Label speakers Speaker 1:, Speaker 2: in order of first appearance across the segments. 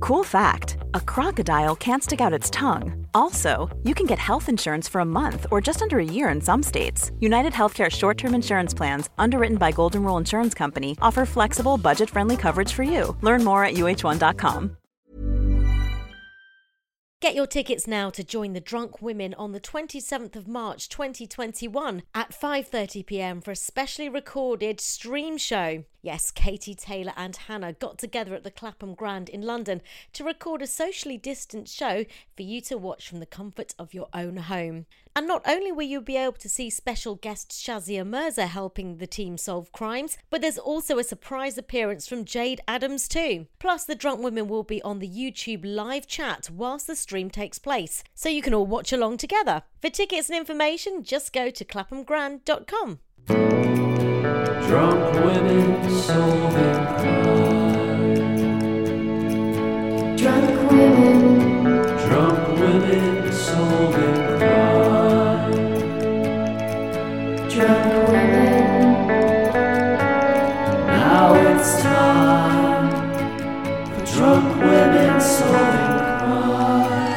Speaker 1: Cool fact a crocodile can't stick out its tongue. Also, you can get health insurance for a month or just under a year in some states. United Healthcare short term insurance plans, underwritten by Golden Rule Insurance Company, offer flexible, budget friendly coverage for you. Learn more at uh1.com.
Speaker 2: Get your tickets now to join the drunk women on the 27th of March 2021 at 5:30 p.m. for a specially recorded stream show. Yes, Katie Taylor and Hannah got together at the Clapham Grand in London to record a socially distant show for you to watch from the comfort of your own home. And not only will you be able to see special guest Shazia Mirza helping the team solve crimes, but there's also a surprise appearance from Jade Adams too. Plus, the drunk women will be on the YouTube live chat whilst the stream takes place, so you can all watch along together. For tickets and information, just go to claphamgrand.com.
Speaker 3: Drunk women solving
Speaker 4: Drunk women,
Speaker 3: Drunk women solving crime.
Speaker 4: drunk women,
Speaker 3: Now it's time for drunk women solving crime.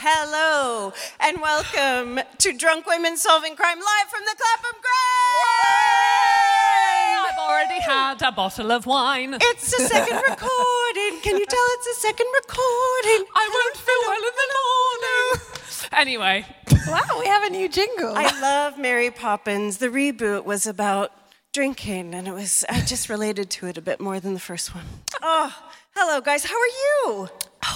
Speaker 5: Hello and welcome to Drunk Women Solving Crime live from the Clapham Grand.
Speaker 6: I've already had a bottle of wine.
Speaker 5: It's a second recording. Can you tell it's a second recording?
Speaker 6: I won't feel well in the morning. Anyway,
Speaker 7: Wow, we have a new jingle.
Speaker 5: I love Mary Poppins. The reboot was about drinking, and it was I just related to it a bit more than the first one. Oh, hello guys. How are you?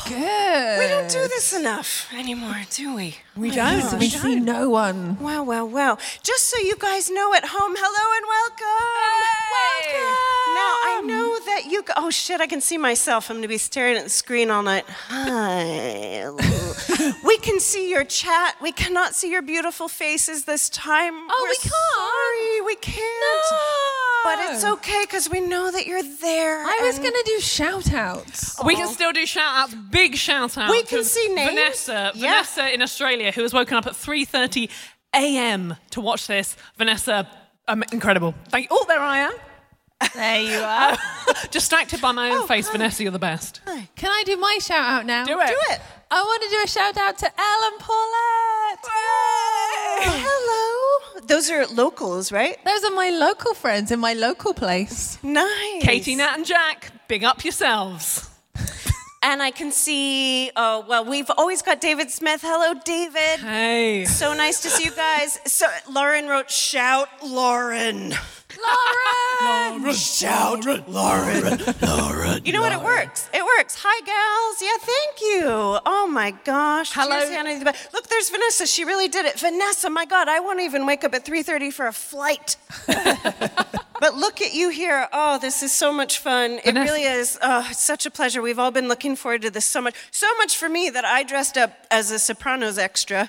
Speaker 7: Good.
Speaker 5: We don't do this enough anymore, do we?
Speaker 7: We don't. We see no one.
Speaker 5: Wow, wow, wow. Just so you guys know at home, hello and welcome. Um,
Speaker 7: Hey.
Speaker 5: Welcome. Now, I know that you. Oh, shit, I can see myself. I'm going to be staring at the screen all night. Hi. we can see your chat. We cannot see your beautiful faces this time. Oh,
Speaker 7: we
Speaker 5: Sorry,
Speaker 7: can't.
Speaker 5: we can't. But it's okay because we know that you're there.
Speaker 7: I was
Speaker 5: and-
Speaker 7: gonna do shout outs.
Speaker 8: We can still do shout outs. Big shout out.
Speaker 5: Oh. We can
Speaker 8: to
Speaker 5: see names.
Speaker 8: Vanessa.
Speaker 5: Yeah.
Speaker 8: Vanessa in Australia, who has woken up at 3.30 a.m. to watch this. Vanessa, um, incredible. Thank you. Oh, there I am.
Speaker 7: There you are.
Speaker 8: Distracted by my own
Speaker 5: Oh,
Speaker 8: face.
Speaker 5: hi.
Speaker 8: Vanessa, you're the best.
Speaker 7: Can I do my shout out now?
Speaker 8: Do it.
Speaker 5: Do it.
Speaker 7: I want to do a shout out to Ellen Paulette.
Speaker 5: Hello. Those are locals, right?
Speaker 7: Those are my local friends in my local place.
Speaker 5: Nice.
Speaker 8: Katie, Nat and Jack, big up yourselves.
Speaker 5: And I can see, oh, well, we've always got David Smith. Hello, David.
Speaker 8: Hey.
Speaker 5: So nice to see you guys. So Lauren wrote, shout Lauren.
Speaker 7: Laura.
Speaker 5: Shout Lauren. Lauren. You know what? It works. It works. Hi, gals. Yeah, thank you. Oh, my gosh.
Speaker 8: Hello.
Speaker 5: Cheers, Hannah. Look, there's Vanessa. She really did it. Vanessa, my God, I won't even wake up at 3.30 for a flight. But look at you here. Oh, this is so much fun. It
Speaker 8: Vanessa-
Speaker 5: really is oh, it's such a pleasure. We've all been looking forward to this so much. So much for me that I dressed up as a Sopranos extra,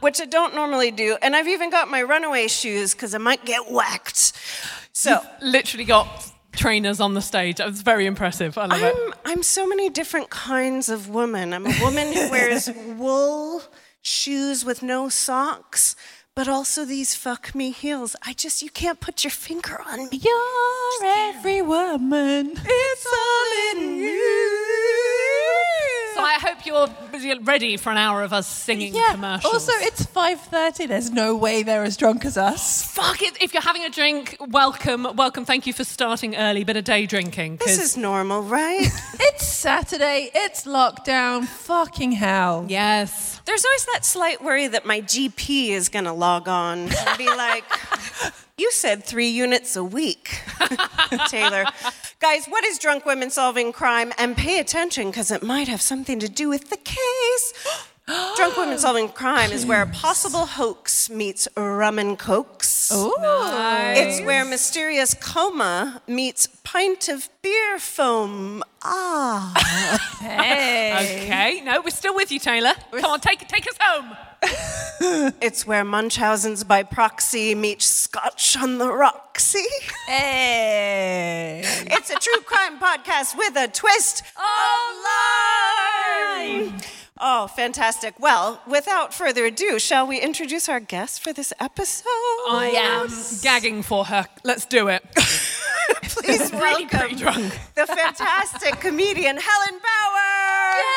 Speaker 5: which I don't normally do. And I've even got my runaway shoes because I might get whacked. So,
Speaker 8: Literally got
Speaker 9: trainers on the stage. It was very impressive. I love it.
Speaker 5: I'm, I'm so many different kinds of woman. I'm a woman who wears wool shoes with no socks, but also these fuck me heels. I just, you can't put your finger on me.
Speaker 7: You're every woman.
Speaker 5: It's all in you.
Speaker 9: So I hope you're ready for an hour of us singing
Speaker 7: Yeah.
Speaker 9: commercials.
Speaker 7: Also, it's 5:30. There's no way they're as drunk as us.
Speaker 9: fuck it. If you're having a drink, welcome, welcome. Thank you for starting early. Bit of day drinking.
Speaker 5: This
Speaker 9: 'cause-
Speaker 5: is normal, right?
Speaker 7: It's Saturday. It's lockdown. Fucking hell.
Speaker 9: yes.
Speaker 5: There's always that slight worry that my GP is going to log on and be like, You said three units a week, Taylor. Guys, what is drunk women solving crime? And pay attention because it might have something to do with the case. drunk women solving crime is where a possible hoax meets rum and cokes. It's where mysterious coma meets pint of beer foam. Ah.
Speaker 9: Okay. No, we're still with you, Taylor. Come on, take take us home.
Speaker 5: It's where Munchausen's by proxy meets Scotch on the Roxy.
Speaker 7: Hey.
Speaker 5: It's a true crime podcast with a twist online. Oh, fantastic. Well, without further ado, shall we introduce our guest for this episode?
Speaker 9: I am gagging for her. Let's do it.
Speaker 5: Please
Speaker 9: really
Speaker 5: welcome
Speaker 9: pretty drunk.
Speaker 5: the fantastic comedian Helen Bauer.
Speaker 7: Helen.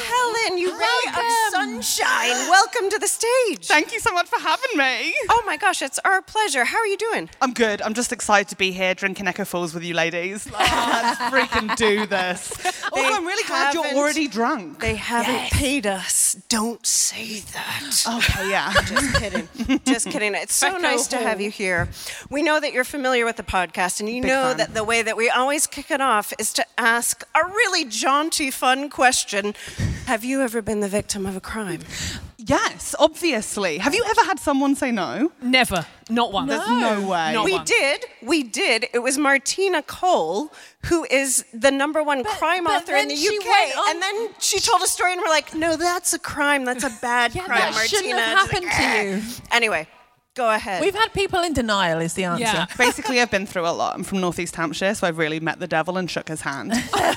Speaker 5: Helen, you ray of sunshine. Welcome to the stage.
Speaker 10: Thank you so much for having me.
Speaker 5: oh my gosh, it's our pleasure. How are you doing?
Speaker 10: I'm good. I'm just excited to be here drinking Echo Falls with you ladies. Like, let's freaking do this. Also, I'm really glad you're
Speaker 5: haven't-
Speaker 10: already drunk.
Speaker 5: They haven't paid us. Don't say that.
Speaker 10: Okay, Oh, yeah.
Speaker 5: Oh, Just kidding. Just kidding. It's so
Speaker 9: Echo
Speaker 5: nice to have you here. We know that you're familiar with the podcast, and you know
Speaker 10: fan.
Speaker 5: that the way that we always kick it off is to ask a really jaunty, fun question Have you ever been the victim of a crime?
Speaker 10: yes, obviously. Have you ever had someone say no?
Speaker 9: Never. Not once.
Speaker 10: There's no way.
Speaker 9: Not
Speaker 5: We
Speaker 9: once.
Speaker 5: did. We did. It was Martina Cole, who is the number one crime
Speaker 7: but
Speaker 5: author in the
Speaker 7: then she
Speaker 5: UK.
Speaker 7: went on-
Speaker 5: And then she told a story, and we're like, no, that's a crime. That's a bad
Speaker 7: Yeah,
Speaker 5: crime,
Speaker 7: that
Speaker 5: Martina.
Speaker 7: shouldn't have
Speaker 5: It's like,
Speaker 7: happened to
Speaker 5: "Eh." Anyway, go ahead.
Speaker 7: We've had people in denial. Is the answer?
Speaker 9: Yeah.
Speaker 10: Basically, I've been through a lot. I'm from Northeast Hampshire, so I've really met the devil and shook his hand. But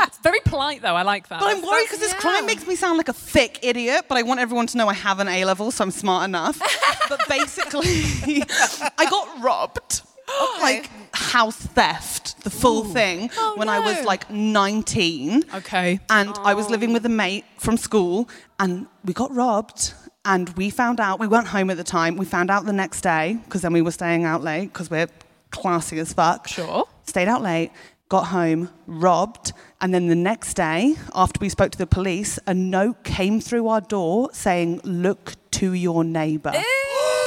Speaker 9: It's very polite though. I like that.
Speaker 10: I'm worried because this crime makes me sound like a thick idiot, but I want everyone to know I have an A level, so I'm smart enough. but basically, I got robbed. Like house theft, the full thing, when I was like 19.
Speaker 9: Oh, Okay.
Speaker 10: And I was living with a mate from school, and we got robbed. And we found out, we weren't home at the time, we found out the next day, because then we were staying out late, because we're classy as fuck.
Speaker 9: Sure.
Speaker 10: Stayed out late, got home, robbed. And then the next day, after we spoke to the police, a note came through our door saying, Look to your neighbor.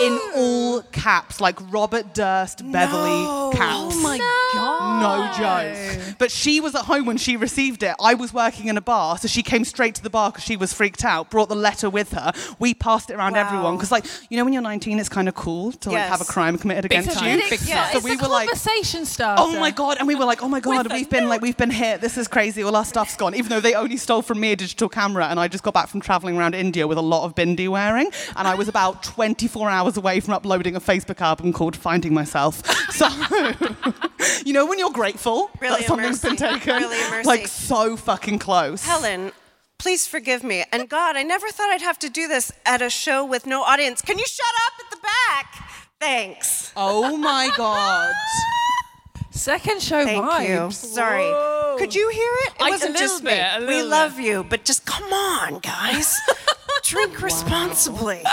Speaker 10: In all caps, like Robert Durst, Beverly caps.
Speaker 9: Oh my god.
Speaker 10: No joke. But she was at home when she received it. I was working in a bar, so she came straight to the bar because she was freaked out, brought the letter with her. We passed it around everyone because, like, you know, when you're 19, it's kind of cool to like
Speaker 5: Yes.
Speaker 10: have a crime committed against
Speaker 9: time.
Speaker 10: you.
Speaker 9: Big time.
Speaker 10: So
Speaker 7: It's
Speaker 10: we
Speaker 7: a
Speaker 10: were like,
Speaker 7: conversation starter.
Speaker 10: oh my God. And we were like, oh my God,
Speaker 9: With a
Speaker 10: we've been
Speaker 9: note.
Speaker 10: like, we've been hit. This is crazy. All our stuff's gone. Even though they only stole from me a digital camera. And I just got back from traveling around India with a lot of bindi wearing. And I was about 24 hours away from uploading a Facebook album called Finding Myself. So, you know, when you're grateful
Speaker 5: Really
Speaker 10: that something's been
Speaker 5: immersive.
Speaker 10: taken,
Speaker 5: Really immersive.
Speaker 10: like so fucking close.
Speaker 5: Helen, please forgive me. And God, I never thought I'd have to do this at a show with no audience. Can you shut up at the back? Thanks.
Speaker 10: Oh my God.
Speaker 7: Second show
Speaker 5: Thank
Speaker 7: vibes.
Speaker 5: you. Sorry. Could you hear it? It
Speaker 9: I- a
Speaker 5: wasn't
Speaker 9: little
Speaker 5: just
Speaker 9: bit,
Speaker 5: me.
Speaker 9: a
Speaker 5: we
Speaker 9: little
Speaker 5: love you, but just come on, guys. Drink responsibly.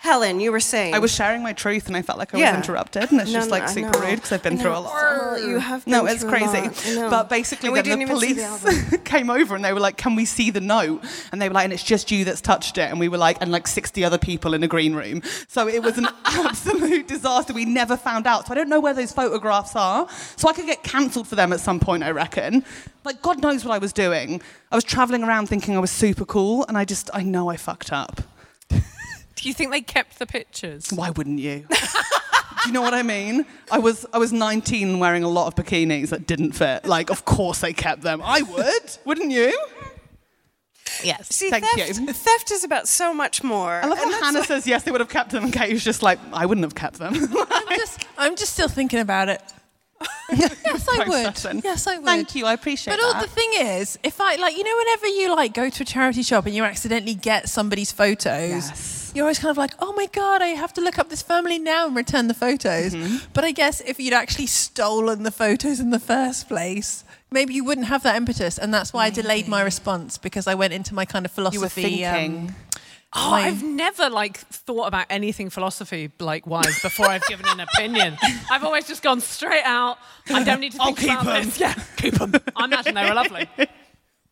Speaker 5: Helen, you were saying
Speaker 10: I was sharing my truth and I felt like I
Speaker 5: Yeah.
Speaker 10: was interrupted. And it's
Speaker 5: No,
Speaker 10: just
Speaker 5: no,
Speaker 10: like
Speaker 5: I
Speaker 10: super
Speaker 5: know.
Speaker 10: rude because I've been
Speaker 5: I
Speaker 10: through
Speaker 5: know.
Speaker 10: a lot.
Speaker 5: Oh, you have
Speaker 10: No,
Speaker 5: been
Speaker 10: it's
Speaker 5: through a
Speaker 10: crazy.
Speaker 5: lot. I know.
Speaker 10: But basically,
Speaker 5: And we
Speaker 10: then the
Speaker 5: didn't even see the
Speaker 10: police came over and they were like, "Can we see the note?" And they were like, "And it's just you that's touched it." And we were like, "And like 60 other people in a green room." So it was an absolute disaster. We never found out. So I don't know where those photographs are. So I could get cancelled for them at some point, I reckon. Like God knows what I was doing. I was traveling around thinking I was super cool, and I just I know I fucked up.
Speaker 9: Do you think they kept the pictures?
Speaker 10: Why wouldn't you? Do you know what I mean? I was I was 19 wearing a lot of bikinis that didn't fit. Like, of course they kept them. I would, wouldn't you?
Speaker 11: Yes. See,
Speaker 10: Thank
Speaker 11: theft,
Speaker 10: you.
Speaker 11: theft is about so much more.
Speaker 10: I
Speaker 11: And
Speaker 10: love how
Speaker 11: that's
Speaker 10: Hannah
Speaker 11: why-
Speaker 10: says yes, they would have kept them, and Kate was just like, I wouldn't have kept them.
Speaker 7: I'm just, I'm just still thinking about it. yes, I
Speaker 10: Processing.
Speaker 7: would. Yes, I would.
Speaker 10: Thank you, I appreciate
Speaker 7: But all
Speaker 10: that.
Speaker 7: the thing is, if I like, you know, whenever you like go to a charity shop and you accidentally get somebody's photos, you're always kind of like, oh my god, I have to look up this family now and return the photos.
Speaker 10: Mm-hmm.
Speaker 7: But I guess if you'd actually stolen the photos in the first place, maybe you wouldn't have that impetus, and that's why I delayed my response because I went into my kind of philosophy. um,
Speaker 10: were thinking.
Speaker 7: oh,
Speaker 8: Oh, I've never like thought about anything philosophy like wise before I've given an opinion. I've always just gone straight out. I don't need to think
Speaker 10: I'll keep
Speaker 8: about
Speaker 10: them.
Speaker 8: this. Yeah, keep them. I imagine they were lovely.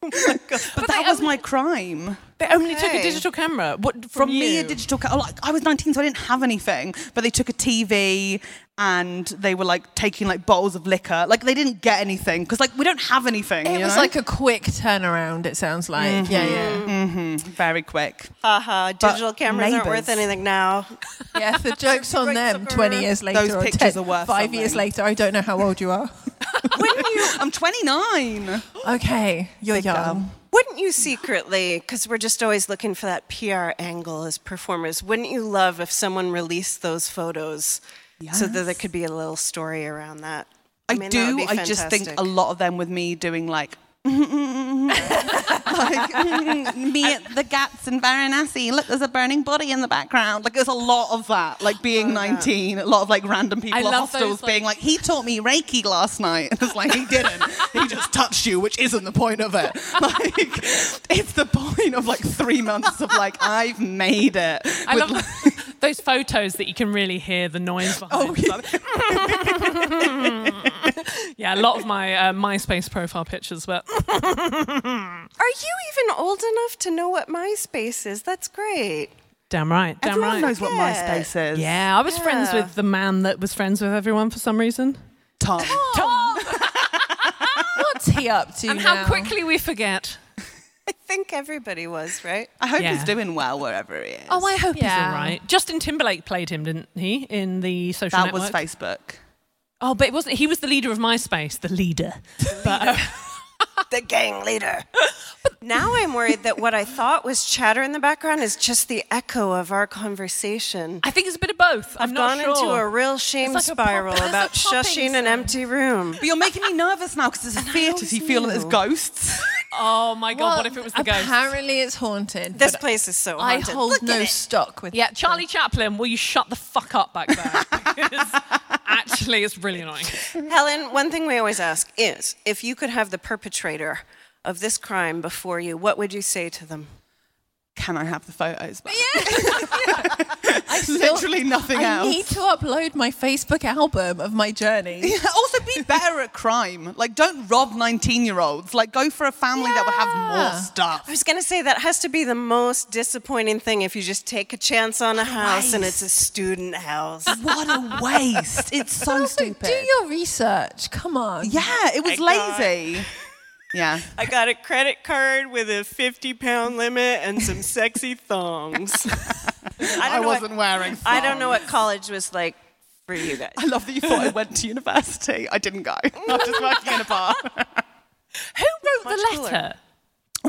Speaker 10: But that was my crime.
Speaker 8: They only took a
Speaker 11: Okay.
Speaker 8: digital camera. What from,
Speaker 10: From me, a
Speaker 8: you?
Speaker 10: digital camera. Like, I was 19, so I didn't have anything. But they took a TV and they were like taking like bottles of liquor. Like they didn't get anything because like we don't have anything.
Speaker 7: It
Speaker 10: you
Speaker 7: was
Speaker 10: know? Mm-hmm.
Speaker 7: like a quick turnaround. It sounds like. Yeah, yeah.
Speaker 10: very quick.
Speaker 11: Haha, digital cameras aren't
Speaker 10: neighbours.
Speaker 11: worth anything now.
Speaker 7: Yeah, the joke's on them.
Speaker 11: sucker.
Speaker 7: Twenty years later,
Speaker 10: Those
Speaker 7: or
Speaker 10: pictures
Speaker 7: 10
Speaker 10: are worth
Speaker 7: five years
Speaker 10: something.
Speaker 7: later. I don't know how old you are.
Speaker 10: when you, I'm 29.
Speaker 7: Okay, you're young.
Speaker 11: Wouldn't you secretly, because we're just always looking for that PR angle as performers, wouldn't you love if someone released those photos so that there could be a little story around that?
Speaker 10: I,
Speaker 11: mean, that would
Speaker 10: do.
Speaker 11: be
Speaker 10: I just think a
Speaker 11: fantastic.
Speaker 10: lot of them with me doing like. like me at the Gats in Varanasi. Look, there's a burning body in the background. Like, there's a lot of that. Like being 19, a lot of like random people
Speaker 8: I
Speaker 10: at
Speaker 8: love
Speaker 10: hostels
Speaker 8: those, like-
Speaker 10: being like, "He taught me Reiki last night." And it's like he didn't. he just touched you, which isn't the point of it. Like, it's the point of like three months of like, I've made it.
Speaker 8: I
Speaker 10: with,
Speaker 8: love
Speaker 10: like-
Speaker 8: those photos that you can really hear the noise behind.
Speaker 10: Oh, yeah.
Speaker 8: Yeah, a lot of my uh, MySpace profile pictures were.
Speaker 11: Are you even old enough to know what MySpace is? That's great.
Speaker 8: Damn right. Damn
Speaker 10: Everyone
Speaker 8: right.
Speaker 10: knows what MySpace is.
Speaker 8: yeah, I was friends with the man that was friends with everyone for some reason.
Speaker 10: Tom.
Speaker 7: What's he up to
Speaker 8: And
Speaker 7: now?
Speaker 8: how quickly we forget.
Speaker 11: I think everybody was, right?
Speaker 10: I hope
Speaker 8: Yeah.
Speaker 10: he's doing well wherever he is.
Speaker 8: Oh, I hope he's
Speaker 7: Yeah.
Speaker 8: all right. Justin Timberlake played him, didn't he, in the social
Speaker 10: That
Speaker 8: network?
Speaker 10: was Facebook.
Speaker 8: Oh, but it wasn't. He was the leader of MySpace. The leader. But, uh,
Speaker 11: The gang leader. now I'm worried that what I thought was chatter in the background is just the echo of our conversation.
Speaker 8: I think it's a bit of both. I'm
Speaker 11: I've
Speaker 8: not
Speaker 11: gone
Speaker 8: sure.
Speaker 11: into a real shame
Speaker 8: like a pop-
Speaker 11: spiral
Speaker 8: there's a
Speaker 11: about
Speaker 8: popping
Speaker 11: shushing an
Speaker 8: sound.
Speaker 11: empty room.
Speaker 10: But you're making me nervous now because there's a fear. Does he feel that there's ghosts?
Speaker 8: Oh my god! what if it was the ghost?
Speaker 7: Apparently, it's haunted.
Speaker 11: This
Speaker 7: but
Speaker 11: place is so
Speaker 7: I
Speaker 11: haunted.
Speaker 7: hold
Speaker 11: Look
Speaker 7: no
Speaker 11: at it.
Speaker 7: stock with.
Speaker 8: Yeah, Charlie Chaplin. Will you shut the fuck up back there? Because actually, it's really annoying.
Speaker 11: Helen, one thing we always ask is if you could have the perpetrator of this crime before you, what would you say to them?
Speaker 10: Can I have the photos? back?
Speaker 7: I still-
Speaker 10: Literally nothing
Speaker 7: I
Speaker 10: else.
Speaker 7: need to upload my Facebook album of my journey.
Speaker 10: also, be better at crime. Like, don't rob 19 year olds. Like, go for a family that would have more
Speaker 7: Yeah.
Speaker 11: I
Speaker 10: stuff.
Speaker 11: was going to say that has to be the most disappointing thing if you just take a chance on a house and it's a student house.
Speaker 10: What a waste. It's so stupid.
Speaker 7: Do your research. Come on.
Speaker 10: yeah, it was
Speaker 11: My God.
Speaker 10: lazy. Yeah.
Speaker 11: I got a credit card with a 50 pound limit and some sexy thongs. I,
Speaker 10: I
Speaker 11: don't know what-
Speaker 10: wasn't wearing
Speaker 11: I don't know what college was like for you guys.
Speaker 10: I love that you thought I went to university. I didn't go. I'm just working in a bar.
Speaker 8: Who wrote the letter?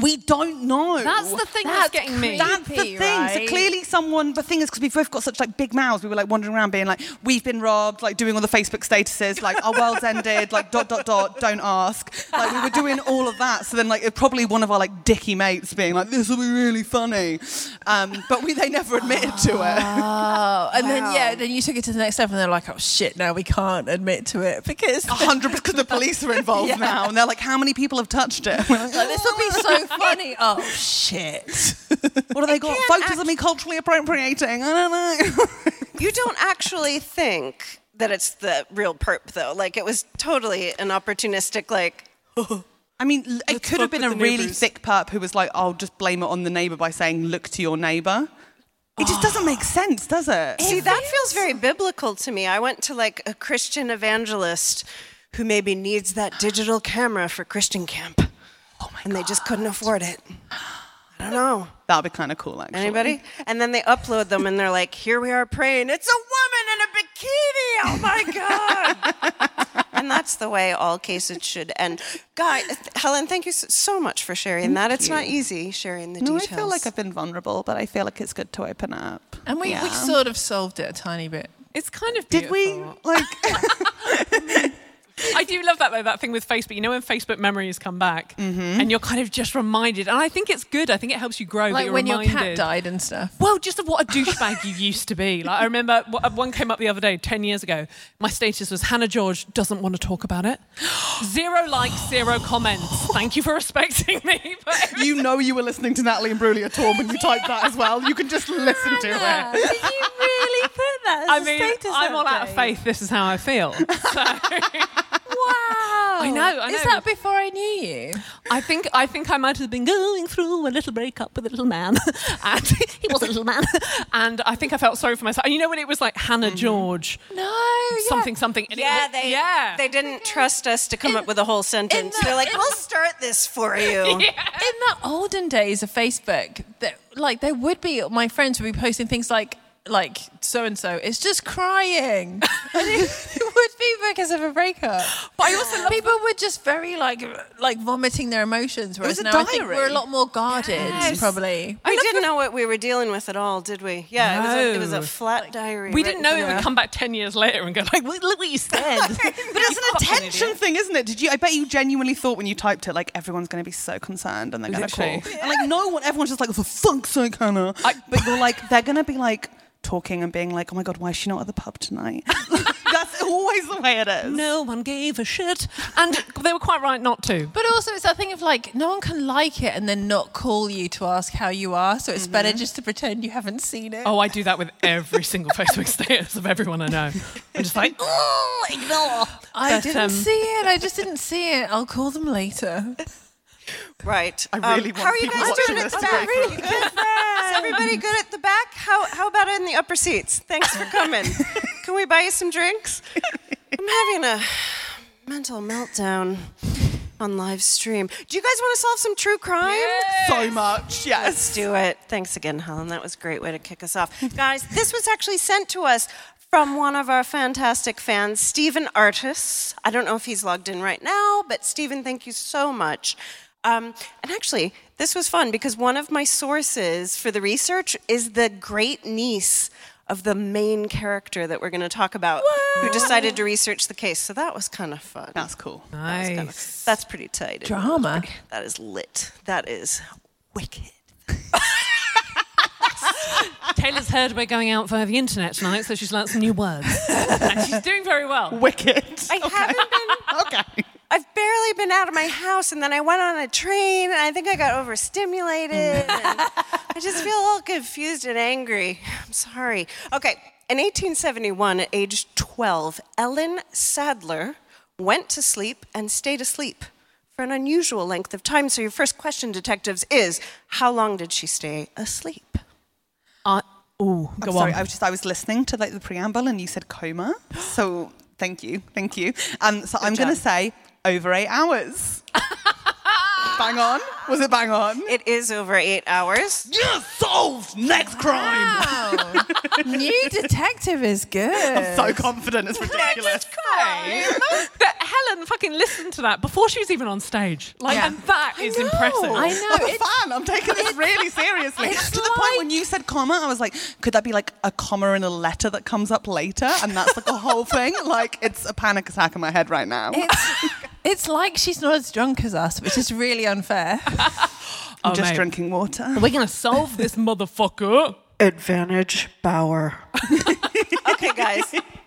Speaker 10: We don't know.
Speaker 8: That's the thing that's,
Speaker 7: That's
Speaker 8: getting me.
Speaker 7: creepy.
Speaker 10: That's the thing. So
Speaker 7: right?
Speaker 10: clearly, someone. The thing is, because we've both got such like big mouths, we were like wandering around, being like, "We've been robbed," like doing all the Facebook statuses, like "Our world's ended," like dot dot dot. Don't ask. Like we were doing all of that. So then, like it probably one of our like dicky mates being like, "This will be really funny," um, but we they never admitted to it.
Speaker 7: Oh, and then yeah, then you took it to the next step, and they're like, "Oh shit, now we can't admit to it because
Speaker 10: A hundred because the police are involved now, and they're like, "How many people have touched it?" We're like,
Speaker 7: like, this will be so funny." Oh shit.
Speaker 10: what have they got? Photos of me culturally appropriating. I don't know.
Speaker 11: You don't actually think that it's the real perp, though. Like, it was totally an opportunistic, like,
Speaker 10: I mean, l- it could
Speaker 11: fuck
Speaker 10: have been a
Speaker 11: with the
Speaker 10: really
Speaker 11: neighbours.
Speaker 10: thick perp who was like, I'll just blame it on the neighbour by saying, look to your neighbour. It just doesn't
Speaker 11: Ah.
Speaker 10: make sense, does it?
Speaker 11: See, that feels very biblical to me. I went to like a Christian evangelist who maybe needs that digital camera for Christian camp. Oh my and they just couldn't afford it. I don't know.
Speaker 10: that would be kind of cool, actually.
Speaker 11: Anybody? And then they upload them and they're like, here we are praying. It's a woman in a bikini. Oh my God. and that's the way all cases should end. Guy, Helen, thank you so- so much for sharing that.
Speaker 10: Thank
Speaker 11: It's not
Speaker 10: you.
Speaker 11: easy sharing the
Speaker 10: No, I
Speaker 11: details.
Speaker 10: feel like I've been vulnerable, but I feel like it's good to open up.
Speaker 7: And we, we sort of solved it a tiny bit.
Speaker 8: It's kind of
Speaker 10: Did we? Like,
Speaker 8: I do love that though, that thing with Facebook. You know when Facebook memories come back
Speaker 5: Mm-hmm.
Speaker 8: and you're kind of just reminded. And I think it's good. I think it helps you grow. that
Speaker 7: Like
Speaker 8: you're
Speaker 7: when your cat
Speaker 8: reminded.
Speaker 7: died and stuff.
Speaker 8: Well, just of what a douchebag you used to be. Like I remember w- uh, one came up the other day, ten years ago. My status was Hannah George doesn't want to talk about it. Zero likes, zero comments. Thank you for respecting me. But
Speaker 10: you know you were listening to Natalie and Brulia Torm when you typed that as well. You can just listen to it.
Speaker 3: Did you really put that as
Speaker 8: I
Speaker 3: a
Speaker 8: mean,
Speaker 3: status
Speaker 8: I'm all out of
Speaker 3: update?
Speaker 8: faith. This is how I feel. So, wow. I know. I know.
Speaker 7: Is that before I knew you?
Speaker 8: I think I think I might have been going through a little breakup with a little man, and he was a little man, and I think I felt sorry for myself. And you know when it was like Hannah George,
Speaker 7: No.
Speaker 8: something something. And it
Speaker 11: yeah,
Speaker 8: was-
Speaker 11: they
Speaker 8: yeah.
Speaker 11: they didn't trust us to come up with a whole sentence.
Speaker 7: the-
Speaker 11: They're like,
Speaker 7: in-
Speaker 11: "We'll start this for you."
Speaker 7: in the olden days of Facebook, that like there would be my friends would be posting things like like so and so is just crying, and it, it would be because of a breakup. But I also love people were just very like like vomiting their emotions,
Speaker 10: was
Speaker 7: whereas
Speaker 10: a
Speaker 7: now I think
Speaker 10: diary.
Speaker 7: we're a lot more guarded,
Speaker 8: Yes.
Speaker 7: probably.
Speaker 11: We didn't know what we were dealing with at all, did we? Yeah, it, was a, it was
Speaker 8: No.
Speaker 11: a flat diary.
Speaker 8: we didn't know it
Speaker 11: written-
Speaker 8: would come back ten years later and go like, "Look look what you said." but it's
Speaker 10: It's an attention thing, isn't it? Did you? I bet you genuinely thought when you typed it, like everyone's going to be so concerned and they're going to call.
Speaker 8: Literally.
Speaker 10: And like no one, everyone's just like, for fuck's sake, Hannah. but you're like, they're going to be like talking and being like, oh my god, why is she not at the pub tonight? That's always the way it is.
Speaker 8: No one gave a shit, and they were quite right not to.
Speaker 7: But also, it's that thing of like, no one can like it and then not call you to ask how you are. So it's better just to pretend you haven't seen it.
Speaker 8: Oh, I do that with every single Facebook status of everyone I know. I'm just like, "Oh, ignore."
Speaker 7: I
Speaker 8: But,
Speaker 7: didn't
Speaker 8: um,
Speaker 7: see it. I just didn't see it. I'll call them later.
Speaker 11: Right. Um,
Speaker 10: I really
Speaker 11: How
Speaker 10: want
Speaker 11: are you
Speaker 10: people
Speaker 11: guys
Speaker 10: watching
Speaker 11: doing at
Speaker 10: this
Speaker 11: the
Speaker 10: to
Speaker 11: back? Are you good? Is everybody good at the back? How how about in the upper seats? Thanks for coming. Can we buy you some drinks? I'm having a mental meltdown on live stream. Do you guys want to solve some true crime?
Speaker 10: So much, yes.
Speaker 11: Let's do it. Thanks again, Helen. That was a great way to kick us off. Guys, this was actually sent to us from one of our fantastic fans, Stephen Artis. I don't know if he's logged in right now, but Stephen, thank you so much. Um, and actually, this was fun because one of my sources for the research is the great niece of the main character that we're going to talk about, who decided to research the case. So that was kind of fun.
Speaker 10: That's cool.
Speaker 11: That was kinda-
Speaker 8: Nice.
Speaker 11: that's pretty tight. isn't it?
Speaker 7: Drama.
Speaker 11: That is lit. That is wicked.
Speaker 8: Taylor's heard we're going out via the internet tonight, so she's learnt some new words, and she's doing very well.
Speaker 10: Wicked.
Speaker 11: I haven't been.
Speaker 10: okay.
Speaker 11: I've barely been out of my house, and then I went on a train, and I think I got overstimulated. and I just feel all confused and angry. I'm sorry. Okay. In 1871, at age 12, Ellen Sadler went to sleep and stayed asleep for an unusual length of time. So, your first question, detectives, is how long did she stay asleep?
Speaker 8: Uh, oh,
Speaker 10: I'm
Speaker 8: go
Speaker 10: sorry,
Speaker 8: on.
Speaker 10: I was just I was listening to like the preamble and you said coma. So thank you, thank you. Um, so I'm going to say over eight hours. bang on. Was it bang on?
Speaker 11: It is over eight hours.
Speaker 10: Just solved. Next crime.
Speaker 7: Wow. New detective is good.
Speaker 10: So confident. It's ridiculous.
Speaker 8: that Helen fucking listened to that before she was even on stage. Like,
Speaker 10: Yeah.
Speaker 8: and that is impressive.
Speaker 7: I know.
Speaker 10: I'm a
Speaker 7: It's,
Speaker 10: fan. I'm taking this really seriously. To
Speaker 7: it's
Speaker 10: the point when you said comma, I was like, could that be like a comma in a letter that comes up later? And that's like a whole thing. Like it's a panic attack in my head right now.
Speaker 7: it's, it's like she's not as drunk as us, which is really unfair.
Speaker 8: Oh,
Speaker 10: I'm just
Speaker 8: mate.
Speaker 10: drinking water.
Speaker 8: We're gonna solve this motherfucker.
Speaker 11: Advantage Bauer. okay, guys.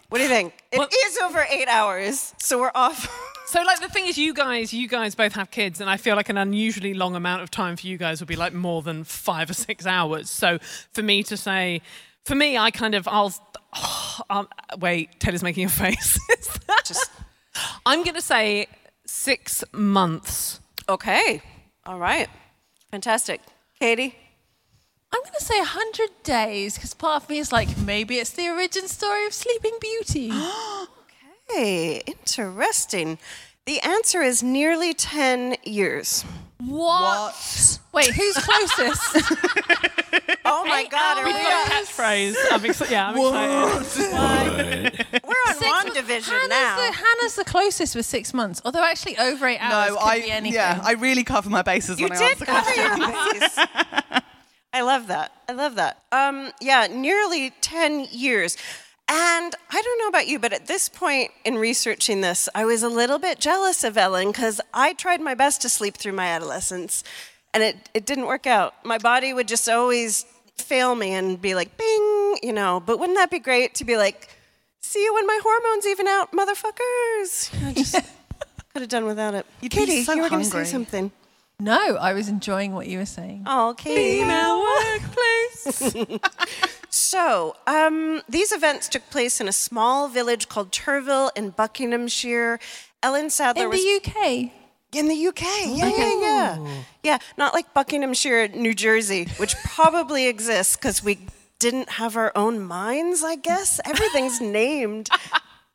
Speaker 11: What do you think? It is
Speaker 8: Well-
Speaker 11: over eight hours, so we're off.
Speaker 8: So, like, the thing is, you guys, you guys both have kids, and I feel like an unusually long amount of time for you guys would be like more than five or six hours. So, for me to say, for me, I kind of, I'll, um, wait, Ted is making a face. I'm gonna say six months.
Speaker 11: okay. All right. Fantastic. Katie?
Speaker 7: I'm going to say 100 days because part of me is like, maybe it's the origin story of Sleeping Beauty.
Speaker 11: Hey, interesting. The answer is nearly 10 years.
Speaker 10: Uh,
Speaker 7: Wait, who's closest?
Speaker 11: Oh Oh my
Speaker 7: uh,
Speaker 11: God, are
Speaker 8: We've
Speaker 11: we
Speaker 8: got a
Speaker 11: on-
Speaker 8: catchphrase. I'm excited. Yeah, I'm excited.
Speaker 11: We're on one division
Speaker 7: Hannah's
Speaker 11: now.
Speaker 7: The, Hannah's the closest with six months, although actually over eight hours
Speaker 10: no,
Speaker 7: could
Speaker 10: I
Speaker 7: be anything.
Speaker 10: yeah, I really cover my bases
Speaker 11: You
Speaker 10: when I
Speaker 11: did
Speaker 10: answer
Speaker 11: cover
Speaker 10: questions.
Speaker 11: your base. I love that. I love that. Um, yeah, nearly 10 years. And I don't know about you, but at this point in researching this, I was a little bit jealous of Ellen because I tried my best to sleep through my adolescence and it, it didn't work out. My body would just always fail me and be like, bing, you know. But wouldn't that be great to be like, see you when my hormones even out, motherfuckers? You know, just could have done without it.
Speaker 10: You'd be
Speaker 11: Katie,
Speaker 10: so
Speaker 11: you were going to say
Speaker 10: hungry.
Speaker 11: something.
Speaker 7: No, I was enjoying what you were saying.
Speaker 11: Oh, Katie.
Speaker 7: workplace.
Speaker 11: So, um, these events took place in a small village called Turville in Buckinghamshire. Ellen Sadler
Speaker 7: In
Speaker 11: was
Speaker 7: the UK.
Speaker 11: in the UK. Yeah, yeah, yeah.
Speaker 7: Oh.
Speaker 11: Yeah, not like Buckinghamshire, New Jersey, which probably exists because we didn't have our own minds, I guess. Everything's named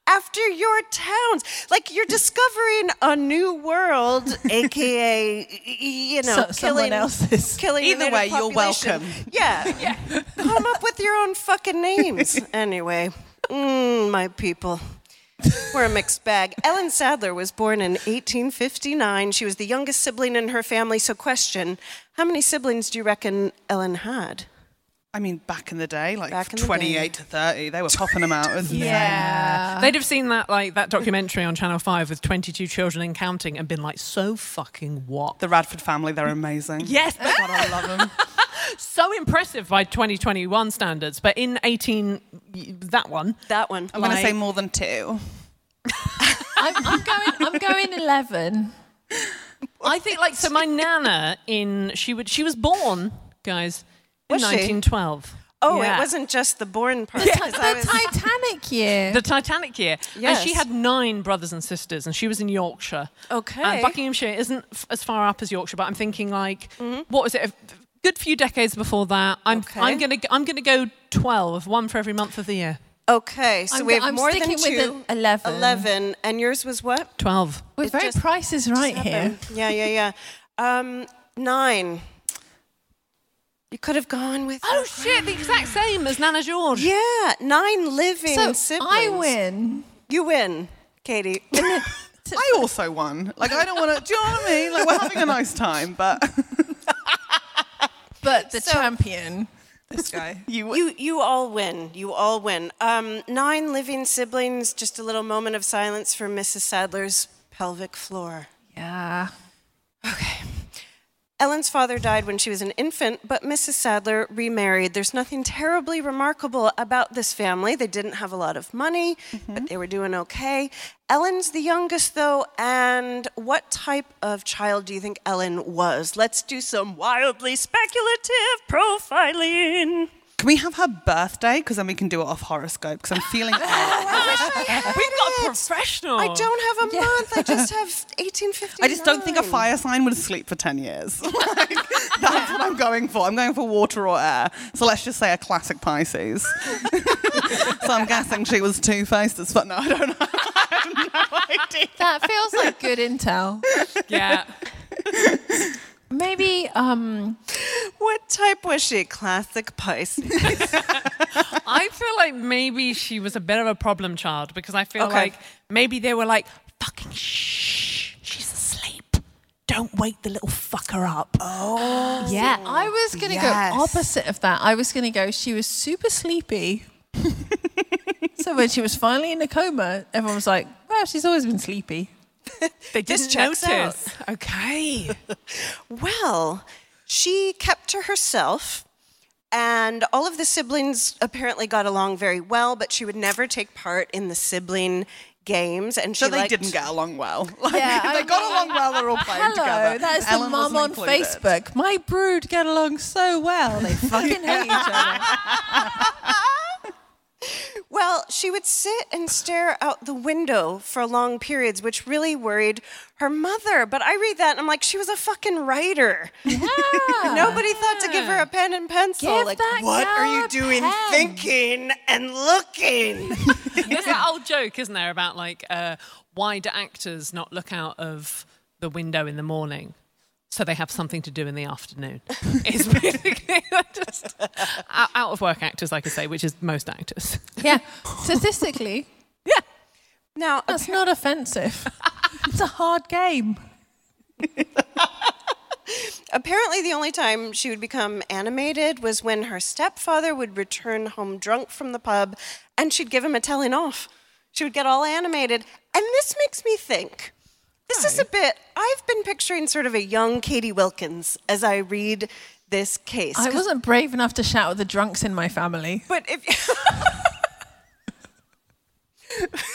Speaker 11: after your towns. Like you're discovering a new world, aka, you know,
Speaker 7: So- someone
Speaker 11: killing,
Speaker 7: else's.
Speaker 11: killing the
Speaker 10: Either
Speaker 11: native
Speaker 10: way, you're
Speaker 11: population.
Speaker 10: welcome.
Speaker 11: Yeah. yeah. Come up with your own fucking names. anyway, mm, my people. We're a mixed bag. Ellen Sadler was born in 1859. She was the youngest sibling in her family. So, question How many siblings do you reckon Ellen had?
Speaker 10: I mean, back in the day, like
Speaker 11: Back in the day.
Speaker 10: 28 to 30, they were popping them out. Wasn't
Speaker 7: Yeah.
Speaker 8: They'd have seen that like that documentary on Channel Five with 22 children and counting, and been like, "So fucking what?"
Speaker 10: they? The Radford family, they're amazing.
Speaker 8: Yes,
Speaker 10: God, I love them.
Speaker 8: so impressive by 2021 standards, but in 18, y- that one.
Speaker 11: That one.
Speaker 10: I'm going to say more than two.
Speaker 7: I'm, I'm going. I'm going eleven.
Speaker 8: I think like so. My nana in she would she was born, guys, in
Speaker 11: Was she?
Speaker 8: 1912.
Speaker 11: Oh,
Speaker 8: Yeah.
Speaker 11: it wasn't just the born part.
Speaker 7: The,
Speaker 11: 'cause
Speaker 7: Ti-
Speaker 11: I
Speaker 7: the
Speaker 11: was-
Speaker 7: Titanic year.
Speaker 8: The Titanic year. And she
Speaker 11: Yes.
Speaker 8: had nine brothers and sisters, and she was in Yorkshire.
Speaker 11: Okay.
Speaker 8: And Buckinghamshire isn't f- as far up as Yorkshire, but I'm thinking like, what was it? A f- good few decades before that. I'm
Speaker 11: Mm-hmm. Okay.
Speaker 8: I'm gonna g- I'm gonna go 12, one for every month of the year.
Speaker 11: okay, so
Speaker 7: I'm
Speaker 11: we
Speaker 7: go-
Speaker 11: have
Speaker 7: I'm
Speaker 11: more than
Speaker 7: sticking with
Speaker 11: two.
Speaker 7: the 11.
Speaker 11: 11. And yours was what?
Speaker 8: 12.
Speaker 7: We're
Speaker 11: It
Speaker 7: very
Speaker 11: just-
Speaker 7: prices right here.
Speaker 11: Seven. Yeah, yeah, yeah. Um, nine. You could have gone with.
Speaker 8: Oh shit! The exact same as Nana George.
Speaker 11: Yeah, nine living
Speaker 7: So
Speaker 11: siblings.
Speaker 7: I win.
Speaker 11: You win, Katie.
Speaker 10: I also won. Like, I don't want to, do you know what I mean? Like, we're having a nice time, but
Speaker 7: But the champion.
Speaker 10: this guy, you,
Speaker 11: you you all win. You all win. Um, nine living siblings. Just a little moment of silence for Mrs. Sadler's pelvic floor.
Speaker 7: Yeah.
Speaker 11: Ellen's father died when she was an infant, but Mrs. Sadler remarried. There's nothing terribly remarkable about this family. They didn't have a lot of money, but they were doing okay. Ellen's the youngest, though, and what type of child do you think Ellen was? Let's do some wildly speculative profiling.
Speaker 10: can we have her birthday? Because then we can do it off horoscope, because I'm feeling.
Speaker 8: We've got professional.
Speaker 11: I don't have a month, I just have 1859.
Speaker 10: I just don't think a fire sign would sleep for 10 years. like, that's what I'm going for. I'm going for water or air. So let's just say a classic Pisces. so I'm guessing she was two faced as fuck. No, I don't know. I have no idea.
Speaker 7: That feels like good intel.
Speaker 8: Yeah.
Speaker 7: Maybe um
Speaker 11: What type was she? Classic Pisces.
Speaker 8: I feel like maybe she was a bit of a problem child because I feel
Speaker 11: Okay.
Speaker 8: like maybe they were like, fucking shh, she's asleep. Don't wake the little fucker up.
Speaker 7: Yeah. I was gonna
Speaker 10: Yes.
Speaker 7: go opposite of that. I was gonna go, she was super sleepy. so when she was finally in a coma, everyone was like, Well, she's always been sleepy.
Speaker 8: They
Speaker 11: This
Speaker 8: didn't
Speaker 11: checks
Speaker 8: notice. Okay.
Speaker 11: Well, she kept to herself, and all of the siblings apparently got along very well, but she would never take part in the sibling games. And she
Speaker 10: So they
Speaker 11: liked-
Speaker 10: didn't get along well. Like,
Speaker 7: Yeah, I
Speaker 10: they got along well, they're all playing
Speaker 7: Hello,
Speaker 10: together.
Speaker 7: that's the
Speaker 10: Ellen
Speaker 7: mum on
Speaker 10: wasn't included.
Speaker 7: Facebook. My brood get along so well. They fucking hate each other.
Speaker 11: Well, she would sit and stare out the window for long periods, which really worried her mother. But I read that and I'm like, she was a fucking writer. Nobody thought to give her a pen and pencil.
Speaker 7: Give
Speaker 11: like,
Speaker 7: that
Speaker 11: what
Speaker 7: gal
Speaker 11: are
Speaker 7: a
Speaker 11: you doing
Speaker 7: pen."
Speaker 11: thinking and looking?
Speaker 8: There's that old joke, isn't there, about like, uh, why do actors not look out of the window in the morning? so they have something to do in the afternoon. It's basically just out out of work actors, like I say, which is most actors.
Speaker 7: Yeah. Statistically.
Speaker 8: yeah.
Speaker 7: Now that's not offensive. it's a hard game.
Speaker 11: Apparently, the only time she would become animated was when her stepfather would return home drunk from the pub and she'd give him a telling off. She would get all animated. And this makes me think this is a bit, I've been picturing sort of a young Katie Wilkins as I read this case.
Speaker 7: I
Speaker 11: 'cause-
Speaker 7: wasn't brave enough to shout at the drunks in my family.
Speaker 11: But if.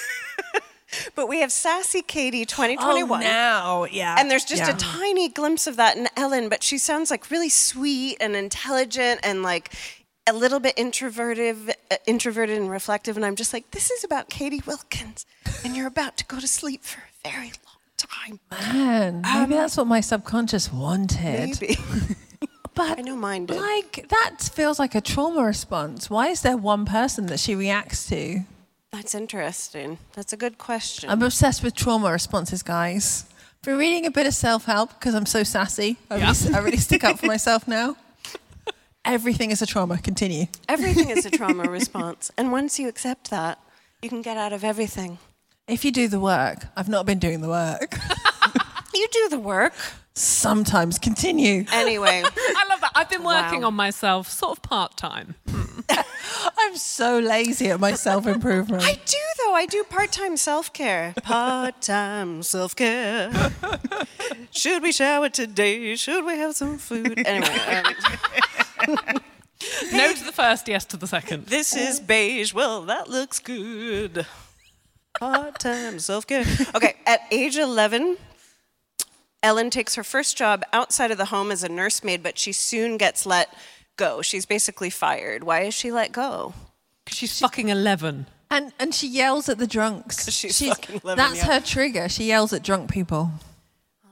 Speaker 11: But we have Sassy Katie 2021.
Speaker 7: Oh, now, yeah.
Speaker 11: And there's just
Speaker 7: Yeah.
Speaker 11: a tiny glimpse of that in Ellen, but she sounds like really sweet and intelligent and like a little bit introverted, uh, introverted and reflective. And I'm just like, this is about Katie Wilkins, and you're about to go to sleep for a very long time.
Speaker 7: Man, maybe that's what my subconscious wanted.
Speaker 11: Um, Maybe.
Speaker 7: But
Speaker 11: I know mine did.
Speaker 7: Like that feels like a trauma response. Why is there one person that she reacts to?
Speaker 11: That's interesting. That's a good question.
Speaker 7: I'm obsessed with trauma responses, guys. Been reading a bit of self-help because I'm so sassy. I, really, I really stick up for myself now. Everything is a trauma. Continue.
Speaker 11: Everything is a trauma response. And once you accept that, you can get out of everything.
Speaker 7: If you do the work, I've not been doing the work.
Speaker 11: You do the work.
Speaker 7: Sometimes continue.
Speaker 11: Anyway.
Speaker 8: I love that. I've been working
Speaker 11: Wow.
Speaker 8: on myself sort of part time.
Speaker 7: I'm so lazy at my self-improvement.
Speaker 11: I do though. I do part-time self-care. Part-time self-care. Should we shower today? Should we have some food? Anyway, um,
Speaker 8: No to the first, yes to the second.
Speaker 11: this is beige. Well, that looks good. Part-time self-care. Okay, at age 11, Ellen takes her first job outside of the home as a nursemaid, but she soon gets let go. She's basically fired. Why is she let go?
Speaker 8: She's fucking 11.
Speaker 7: And and she yells at the drunks.
Speaker 11: she's fucking living,
Speaker 7: that's
Speaker 11: yeah.
Speaker 7: her trigger. She yells at drunk people.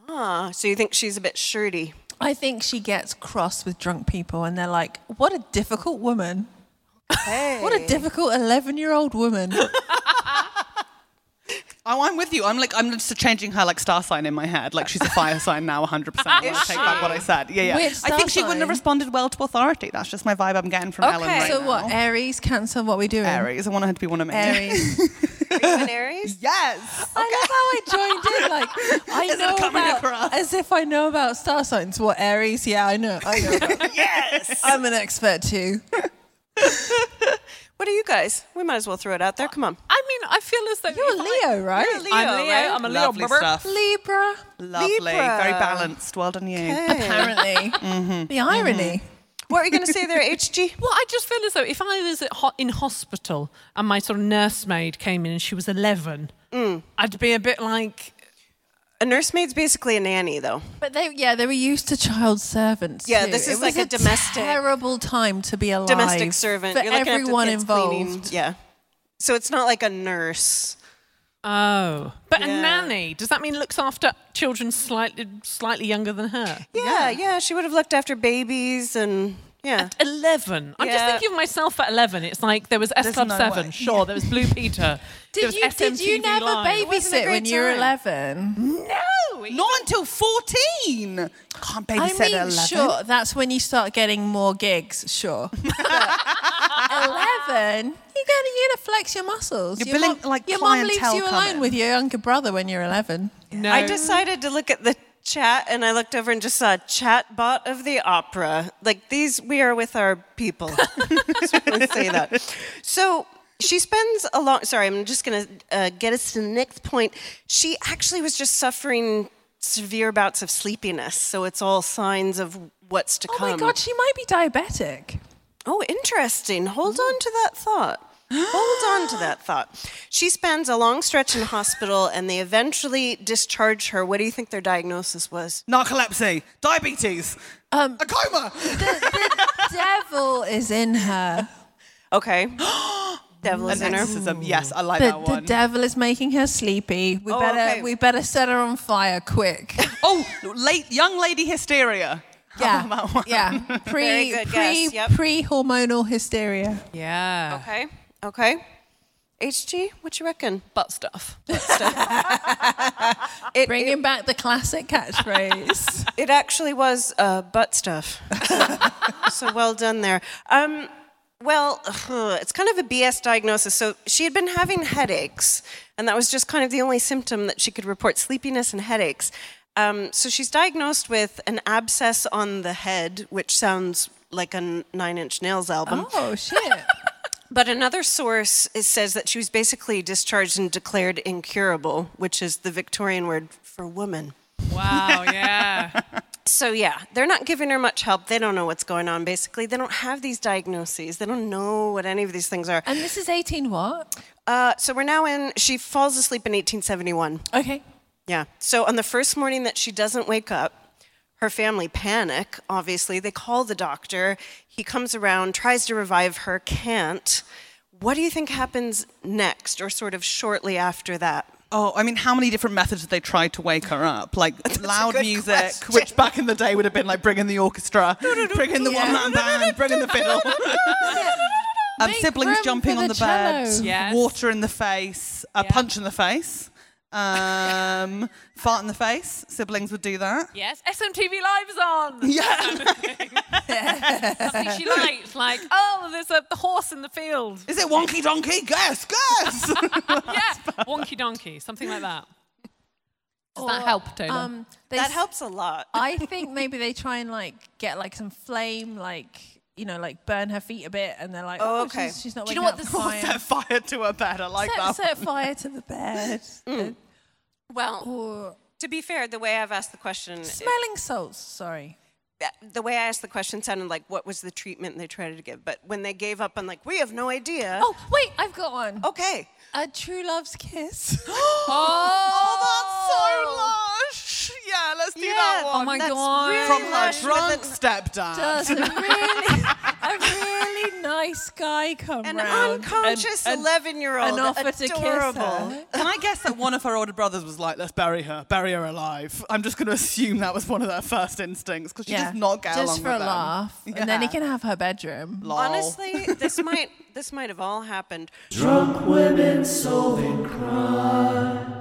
Speaker 11: Ah, so you think she's a bit shirty?
Speaker 7: I think she gets cross with drunk people, and they're like, "What a difficult woman!
Speaker 11: Hey.
Speaker 7: What a difficult eleven-year-old woman!"
Speaker 10: Oh, I'm with you. I'm like, I'm just changing her like star sign in my head. Like she's a fire sign now, 100. percent I take back what I said. Yeah, yeah.
Speaker 7: Which
Speaker 10: I
Speaker 7: star
Speaker 10: think she wouldn't
Speaker 7: sign?
Speaker 10: have responded well to authority. That's just my vibe I'm getting from Ellen
Speaker 11: Okay.
Speaker 10: right
Speaker 7: so
Speaker 10: now.
Speaker 7: what? Aries, Cancer. What we doing?
Speaker 10: Aries. I want her to be one of me.
Speaker 7: Aries.
Speaker 11: Are you an Aries?
Speaker 10: Yes.
Speaker 7: I love how I joined in. Like I
Speaker 10: Is it
Speaker 7: know
Speaker 10: coming
Speaker 7: about
Speaker 10: across?
Speaker 7: as if I know about star signs. What Aries? Yeah, I know. I know. about-
Speaker 11: Yes.
Speaker 7: I'm an expert too.
Speaker 11: What are you guys? We might as well throw it out there. Come on.
Speaker 8: I mean, I feel as though.
Speaker 7: You're
Speaker 8: if I-
Speaker 7: Leo, right?
Speaker 11: Leo,
Speaker 8: I'm Leo.
Speaker 11: right?
Speaker 8: I'm a Leo.
Speaker 10: Lovely
Speaker 8: brother.
Speaker 10: stuff.
Speaker 7: Libra.
Speaker 10: Lovely.
Speaker 11: Libra.
Speaker 10: Very balanced. Well done, you.
Speaker 7: Apparently,
Speaker 10: Mm-hmm.
Speaker 7: the irony.
Speaker 11: What are you going to say there, HG?
Speaker 8: Well, I just feel as though if I was at ho- in hospital and my sort of nursemaid came in and she was 11, I'd be a bit like,
Speaker 11: A nursemaid's basically a nanny, though.
Speaker 7: But they, yeah, they were used to child servants.
Speaker 11: Yeah,
Speaker 7: too.
Speaker 11: this is
Speaker 7: it
Speaker 11: like
Speaker 7: was
Speaker 11: a domestic-
Speaker 7: terrible time to be alive.
Speaker 11: Domestic servant.
Speaker 7: for
Speaker 11: You're looking
Speaker 7: everyone
Speaker 11: after kids
Speaker 7: involved.
Speaker 11: Cleaning. Yeah. So it's not like a nurse.
Speaker 8: oh. But
Speaker 11: Yeah.
Speaker 8: a nanny, does that mean looks after children slightly slightly younger than her?
Speaker 11: Yeah, yeah. she would have looked after babies and yeah.
Speaker 8: At 11. I'm just
Speaker 11: Yeah.
Speaker 8: thinking of myself at 11. It's like there was S Club
Speaker 10: no
Speaker 8: 7,
Speaker 10: way.
Speaker 8: sure. There was Blue Peter. there
Speaker 7: Did
Speaker 8: was
Speaker 7: you, did you
Speaker 8: SMTV
Speaker 7: never
Speaker 8: Live.
Speaker 7: babysit when you were 11?
Speaker 10: Not until 14. Can't babysit
Speaker 7: I mean,
Speaker 10: at 11.
Speaker 7: sure, that's when you start getting more gigs, sure. But 11, you gotta, you gotta flex your muscles.
Speaker 10: You're
Speaker 7: your
Speaker 10: building,
Speaker 7: mom,
Speaker 10: like,
Speaker 7: your mom leaves
Speaker 10: clientele
Speaker 7: you alone
Speaker 10: coming.
Speaker 7: with your younger brother when you're 11.
Speaker 8: No.
Speaker 11: I decided to look at the chat and I looked over and just saw a chat bot of the opera. Like these we are with our people. Let's say that. So she spends a long sorry, I'm just gonna uh, get us to the next point. She actually was just suffering severe bouts of sleepiness, so it's all signs of what's to
Speaker 7: Oh
Speaker 11: come.
Speaker 7: my god, she might be diabetic.
Speaker 11: Oh, interesting. Hold on to that thought. Hold on to that thought. She spends a long stretch in hospital and they eventually discharge her. What do you think their diagnosis was?
Speaker 10: Narcolepsy, diabetes,
Speaker 7: Um,
Speaker 10: a coma.
Speaker 7: Devil is in her.
Speaker 11: Okay. Devil is in her.
Speaker 10: Narcissism. Yes, I like
Speaker 7: The,
Speaker 10: that
Speaker 7: the
Speaker 10: one.
Speaker 7: devil is making her sleepy. We
Speaker 11: Oh,
Speaker 7: better
Speaker 11: okay.
Speaker 7: we better set her on fire quick.
Speaker 10: oh, late young lady hysteria.
Speaker 7: Yeah,
Speaker 10: about one?
Speaker 7: yeah.
Speaker 11: Very
Speaker 7: Pre
Speaker 11: good
Speaker 7: pre
Speaker 11: guess, yep.
Speaker 7: pre hormonal hysteria.
Speaker 8: Yeah.
Speaker 11: Okay. Okay. HG, what you reckon?
Speaker 8: Butt stuff.
Speaker 11: It it,
Speaker 7: Bringing back the classic catchphrase.
Speaker 11: it actually was uh, butt stuff. so well done there. Um, well, it's kind of a BS diagnosis. So she had been having headaches, and that was just kind of the only symptom that she could report sleepiness and headaches. Um, so she's diagnosed with an abscess on the head, which sounds like a N- Nine Inch Nails album.
Speaker 7: oh shit.
Speaker 11: But another source is, says that she was basically discharged and declared incurable, which is the Victorian word for woman.
Speaker 5: Wow, yeah.
Speaker 11: So yeah, they're not giving her much help. They don't know what's going on. Basically, they don't have these diagnoses. They don't know what any of these things are.
Speaker 7: And this is 18 what?
Speaker 11: Uh, so we're now in. She falls asleep in 1871.
Speaker 7: Okay.
Speaker 11: Yeah. So on the first morning that she doesn't wake up, her family panic, obviously. They call the doctor. He comes around, tries to revive her, can't. What do you think happens next or sort of shortly after that?
Speaker 10: Oh, I mean, how many different methods did they try to wake her up? Like
Speaker 11: a
Speaker 10: loud
Speaker 11: good
Speaker 10: music,
Speaker 11: question.
Speaker 10: which back in the day would have been like bring in the orchestra, bring in the one man band, bring in the fiddle. um,
Speaker 7: Make
Speaker 10: siblings
Speaker 7: room
Speaker 10: jumping
Speaker 7: for
Speaker 10: on
Speaker 7: the
Speaker 10: the bed,
Speaker 7: cello.
Speaker 5: Yes.
Speaker 10: water in the face, a punch in the face, um, fart in the face. Siblings would do that.
Speaker 5: Yes, SMTV Live's on. Yeah. Something she liked, like, oh, there's a the horse in the field.
Speaker 10: Is it wonky donkey? Guess, guess.
Speaker 5: Yeah, wonky donkey, something like that.
Speaker 7: Does
Speaker 12: that help, Taylor?
Speaker 7: Um, they
Speaker 11: That
Speaker 7: s-
Speaker 11: helps a lot.
Speaker 7: I think maybe they try and like get like some flame, like you know, like burn her feet a bit, and they're like,
Speaker 11: Oh,
Speaker 7: oh,
Speaker 11: okay.
Speaker 7: she's, she's not.
Speaker 12: Do you know
Speaker 7: waking
Speaker 12: what
Speaker 7: up
Speaker 12: the-
Speaker 7: fine."
Speaker 10: Set fire to her bed. I like
Speaker 7: set,
Speaker 10: that.
Speaker 7: set fire to the bed. And-
Speaker 11: Well,
Speaker 7: or
Speaker 11: to be fair, the way I've asked the question,
Speaker 7: smelling salts. Sorry.
Speaker 11: the way I asked the question sounded like what was the treatment they tried to give. But when they gave up on, like, we have no idea.
Speaker 7: Oh wait, I've got one.
Speaker 11: okay.
Speaker 7: A true love's kiss.
Speaker 11: Oh,
Speaker 10: Oh, that's so lush. Yeah, let's do that
Speaker 11: Yeah,
Speaker 10: one.
Speaker 12: Oh my
Speaker 11: that's
Speaker 12: God.
Speaker 11: really
Speaker 10: From her
Speaker 11: lush with
Speaker 10: drunk
Speaker 11: an-
Speaker 10: stepdad.
Speaker 7: Does a really, a really nice guy come
Speaker 11: An
Speaker 7: round
Speaker 11: unconscious
Speaker 7: and, and,
Speaker 11: 11 year old.
Speaker 7: and offer to kiss
Speaker 11: Adorable.
Speaker 7: her?
Speaker 10: Can I guess that one of her older brothers was like, let's bury her, bury her alive? I'm just going to assume that was one of their first instincts because she does not get
Speaker 7: just
Speaker 10: along
Speaker 7: for
Speaker 10: with
Speaker 7: a
Speaker 10: them.
Speaker 7: laugh, and then he can have her bedroom.
Speaker 10: Lol.
Speaker 11: Honestly, this might this might have all happened.
Speaker 4: Drunk women solving crime.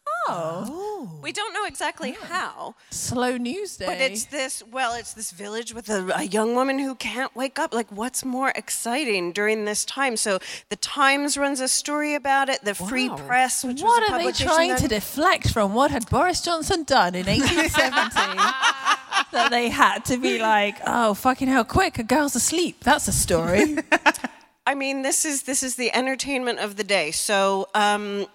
Speaker 11: Oh. We don't know exactly how,
Speaker 7: Slow news day.
Speaker 11: but it's this, well, it's this village with a, a young woman who can't wake up. Like, what's more exciting during this time? So, the Times runs a story about it, the Free Press, which
Speaker 7: what
Speaker 11: was a
Speaker 7: are they
Speaker 11: publication
Speaker 7: trying
Speaker 11: then-
Speaker 7: to deflect from what had Boris Johnson done in 1870 that they had to be like, oh fucking hell, quick, a girl's asleep. That's a story.
Speaker 11: I mean, this is this is the entertainment of the day. So um,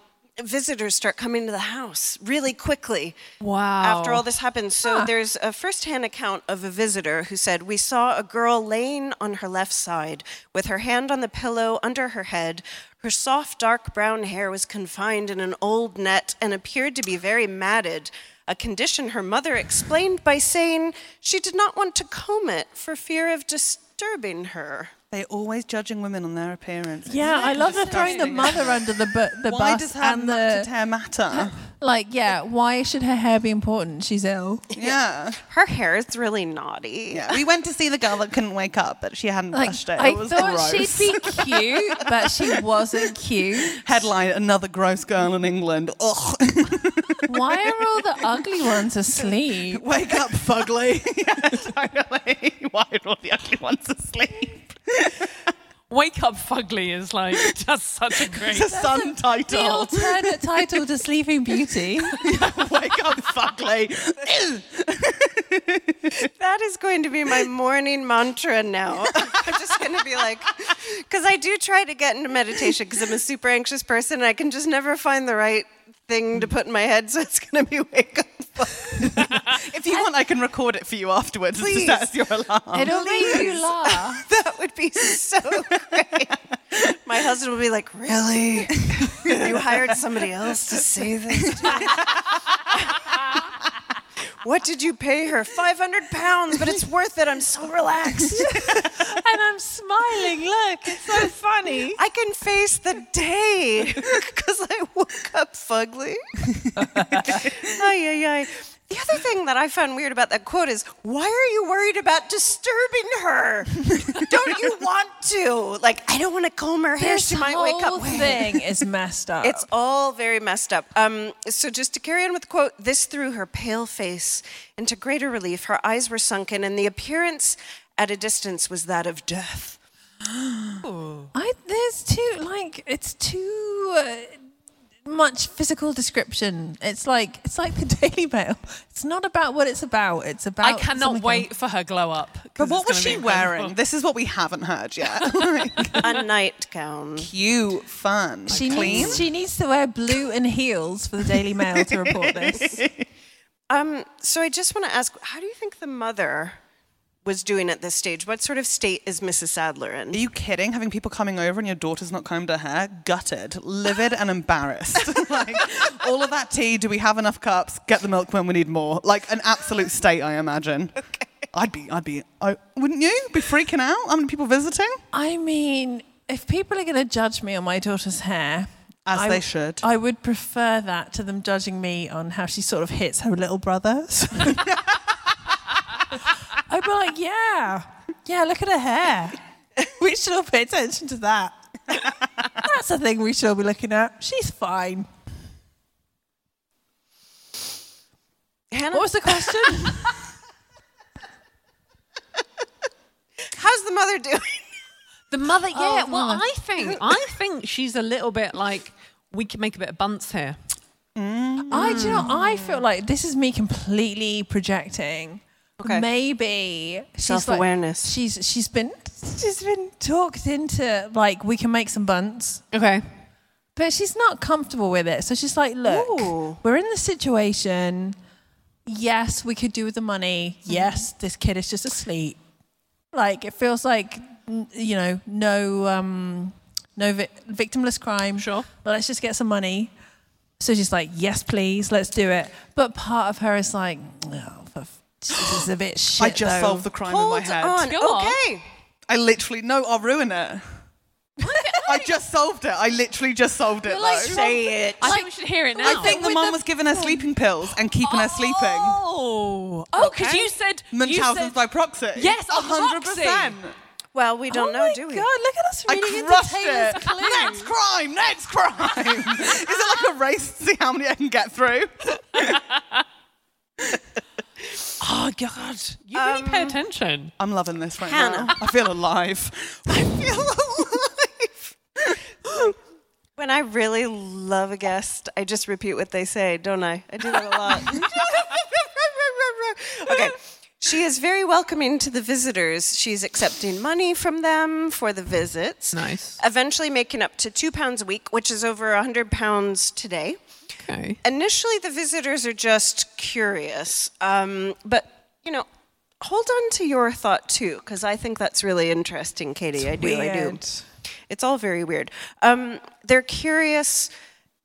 Speaker 11: visitors start coming to the house really quickly.
Speaker 5: Wow.
Speaker 11: After
Speaker 7: Oh.
Speaker 11: all this happens, so there's a first-hand account of a visitor who said, "We saw a girl laying on her left side with her hand on the pillow under her head." Her soft, dark brown hair was confined in an old net and appeared to be very matted, a condition her mother explained by saying she did not want to comb it for fear of disturbing her.
Speaker 10: They're always judging women on their appearance.
Speaker 7: yeah, I love the throwing the
Speaker 10: Disgusting.
Speaker 7: mother under the bu- the
Speaker 10: Why
Speaker 7: bus
Speaker 10: does her
Speaker 7: and the
Speaker 10: to hair matter?
Speaker 7: like. Yeah, why should her hair be important? She's ill.
Speaker 10: yeah.
Speaker 11: Her hair is really naughty.
Speaker 10: yeah. We went to see the girl that couldn't wake up, but she hadn't
Speaker 7: Like
Speaker 10: brushed it.
Speaker 7: I
Speaker 10: it was
Speaker 7: thought
Speaker 10: gross.
Speaker 7: she'd be cute, but she wasn't cute.
Speaker 10: Headline, another gross girl in England. Ugh.
Speaker 7: Why are all the ugly ones asleep?
Speaker 10: Wake up, fugly. yeah, totally. Why are all the ugly ones asleep?
Speaker 5: Wake Up Fugly is like just such a great.
Speaker 10: It's a sun
Speaker 7: The
Speaker 10: title.
Speaker 7: alternate title to Sleeping Beauty.
Speaker 10: Wake up, fugly.
Speaker 11: is going to be my morning mantra now. I'm just going to be like, because I do try to get into meditation because I'm a super anxious person. And I can just never find the right thing to put in my head, so it's going to be wake up.
Speaker 10: if you want, I can record it for you afterwards.
Speaker 11: Please.
Speaker 10: That's your alarm.
Speaker 11: It'll make you laugh. that would be so great. My husband would be like, Really? you hired somebody else to say this? to you?" what did you pay her? 500 pounds, but it's worth it. I'm so relaxed. and I'm smiling. Look, it's so funny. I can face the day because I woke up fugly. ay, ay, ay. The other thing that I found weird about that quote is why are you worried about disturbing her? don't you want to? Like, I don't want to comb her hair.
Speaker 3: This
Speaker 11: she might wake
Speaker 3: whole
Speaker 11: up.
Speaker 3: thing is messed up.
Speaker 11: It's all very messed up. Um, so, just to carry on with the quote, this threw her pale face into greater relief. Her eyes were sunken, and the appearance at a distance was that of death.
Speaker 7: I there's too like it's too uh, much physical description. It's like it's like the Daily Mail. It's not about what it's about. It's about.
Speaker 8: I cannot wait for her glow up.
Speaker 10: But what was she wearing? This is what we haven't heard yet.
Speaker 11: a nightgown.
Speaker 10: Cute, fun,
Speaker 7: She
Speaker 10: clean.
Speaker 7: needs she needs to wear blue and heels for the Daily Mail to report this.
Speaker 11: Um, so, I just want to ask how do you think the mother was doing at this stage? What sort of state is Mrs. Sadler in?
Speaker 10: Are you kidding? Having people coming over and your daughter's not combed her hair? Gutted, livid, and embarrassed. like, all of that tea, do we have enough cups? Get the milk when we need more. Like an absolute state, I imagine. Okay. I'd be, I'd be, I, wouldn't you? Be freaking out? How many people visiting?
Speaker 7: I mean, if people are going to judge me on my daughter's hair,
Speaker 10: As
Speaker 7: I-
Speaker 10: they should.
Speaker 7: I would prefer that to them judging me on how she sort of hits her little brothers. I'd be like, yeah, yeah, look at her hair. We should all pay attention to that. That's the thing we should all be looking at. She's fine. What was the question?
Speaker 11: How's the mother doing?
Speaker 8: The mother, yeah.
Speaker 11: Oh, the
Speaker 8: well,
Speaker 11: mother.
Speaker 8: I think I think she's a little bit like we can make a bit of bunts here.
Speaker 7: I do you know. I feel like this is me completely projecting.
Speaker 11: Okay.
Speaker 7: Maybe she's like-
Speaker 11: Self-awareness.
Speaker 7: she's she's been she's been talked into like we can make some buns.
Speaker 8: Okay.
Speaker 7: But she's not comfortable with it, so she's like, "Look, we're in this situation. Yes, we could do with the money. Yes, this kid is just asleep. Like it feels like n- you know, no, um, no vi- victimless crime. Sure, but let's just get some money." So she's like, "Yes, please, let's do it." But part of her is like, "Oh, for f- this is a bit shit."
Speaker 10: I just
Speaker 7: though."
Speaker 10: solved the crime in my head.
Speaker 11: okay.
Speaker 10: I literally, no, I'll ruin it. I just solved it. I literally just solved it. though.
Speaker 8: I think we should hear it now.
Speaker 10: I think the mum was giving her sleeping pills and keeping her sleeping.
Speaker 8: Oh, oh, because you said
Speaker 10: Munchausen's
Speaker 8: you said,
Speaker 10: by proxy.
Speaker 8: Yes,
Speaker 10: a hundred
Speaker 8: proxy.
Speaker 10: percent.
Speaker 11: Well, we don't know, do we?
Speaker 7: Oh God, look at us
Speaker 10: I
Speaker 7: reading into
Speaker 10: crushed
Speaker 7: Taylor's
Speaker 10: it.
Speaker 7: clues.
Speaker 10: Next crime, next crime. Is it like a race to see how many I can get through?
Speaker 8: Oh God, you really pay attention.
Speaker 10: I'm loving this right now.
Speaker 11: Hannah.
Speaker 10: I feel alive.
Speaker 11: When I really love a guest, I just repeat what they say, don't I? I do that a lot. okay. She is very welcoming to the visitors. She's accepting money from them for the visits.
Speaker 8: Nice.
Speaker 11: Eventually making up to two pounds a week, which is over a hundred pounds today.
Speaker 8: Okay.
Speaker 11: Initially, the visitors are just curious, um, but you know, hold on to your thought too, because I think that's really interesting, Katie. I do, I do. It's all very weird. Um, they're curious,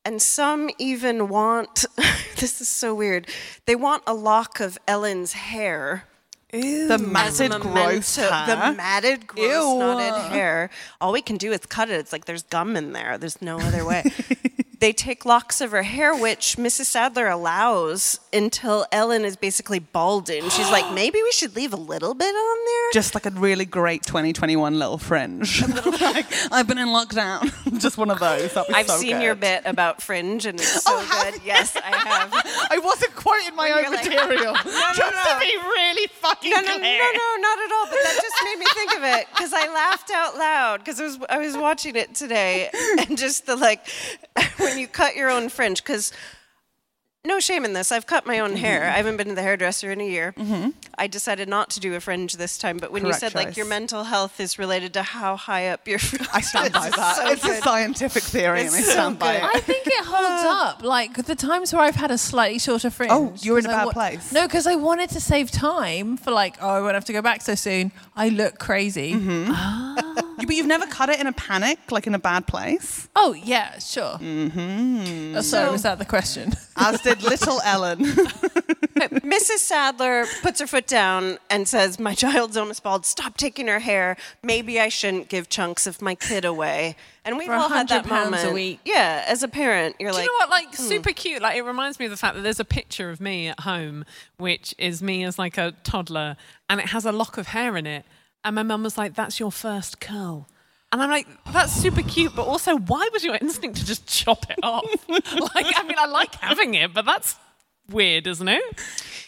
Speaker 11: and some even want. this is so weird. They want a lock of Ellen's hair.
Speaker 10: the matted
Speaker 11: as a
Speaker 10: gross
Speaker 11: memento-
Speaker 10: hair.
Speaker 11: The matted, gross, knotted hair. All we can do is cut it. It's like there's gum in there. There's no other way. they take locks of her hair, which Mrs. Sadler allows until Ellen is basically balding. She's like, maybe we should leave a little bit on there.
Speaker 10: just like a really great 2021 little fringe. like, I've been in lockdown. just one of those. That'd be
Speaker 11: I've
Speaker 10: so
Speaker 11: seen
Speaker 10: good.
Speaker 11: your bit about fringe, and it's
Speaker 5: Oh,
Speaker 11: so good. Yes, I have.
Speaker 10: I wasn't quoting my
Speaker 11: When
Speaker 10: own
Speaker 11: you're like-
Speaker 10: material.
Speaker 11: no,
Speaker 10: just
Speaker 11: no.
Speaker 10: to be really fucking
Speaker 11: No, no, no,
Speaker 10: clear.
Speaker 11: no, not at all. But that just made me think of it because I laughed out loud because I was I was watching it today and just the like when you cut your own fringe because
Speaker 5: no shame in this. I've cut my own hair.
Speaker 11: Mm-hmm.
Speaker 5: I haven't been to the hairdresser in a year. I decided not to do a fringe this time, but when you
Speaker 10: Correct
Speaker 5: said like your
Speaker 10: choice.
Speaker 5: mental health is related to how high up your fringe I
Speaker 10: stand by that. it's a scientific theory, and I stand by it.
Speaker 7: I think it holds up. Like the times where I've had a slightly shorter fringe.
Speaker 10: Oh, you're in a
Speaker 7: 'cause I
Speaker 10: bad place.
Speaker 7: No, because I wanted to save time for like, oh, I won't have to go back so soon. I look crazy.
Speaker 10: You- but you've never cut it in a panic, like in a bad place.
Speaker 7: Oh yeah, sure.
Speaker 10: Mm-hmm.
Speaker 7: Oh, sorry, was that the question?
Speaker 10: As did little Ellen.
Speaker 5: Mrs. Sadler puts her foot down and says, My child's almost bald. Stop taking her hair. Maybe I shouldn't give chunks of my kid away. And we've
Speaker 8: For
Speaker 5: all had that
Speaker 8: 100 pounds
Speaker 5: moment.
Speaker 8: a week.
Speaker 5: Yeah, as a parent, you're
Speaker 8: Do
Speaker 5: like,
Speaker 8: you know what? Like
Speaker 5: "Hmm."
Speaker 8: super cute. Like it reminds me of the fact that there's a picture of me at home, which is me as like a toddler, and it has a lock of hair in it. And my mum was like, "That's your first curl." And I'm like, that's super cute, but also, why was your instinct to just chop it off? like, I mean, I like having it, but that's weird, isn't it?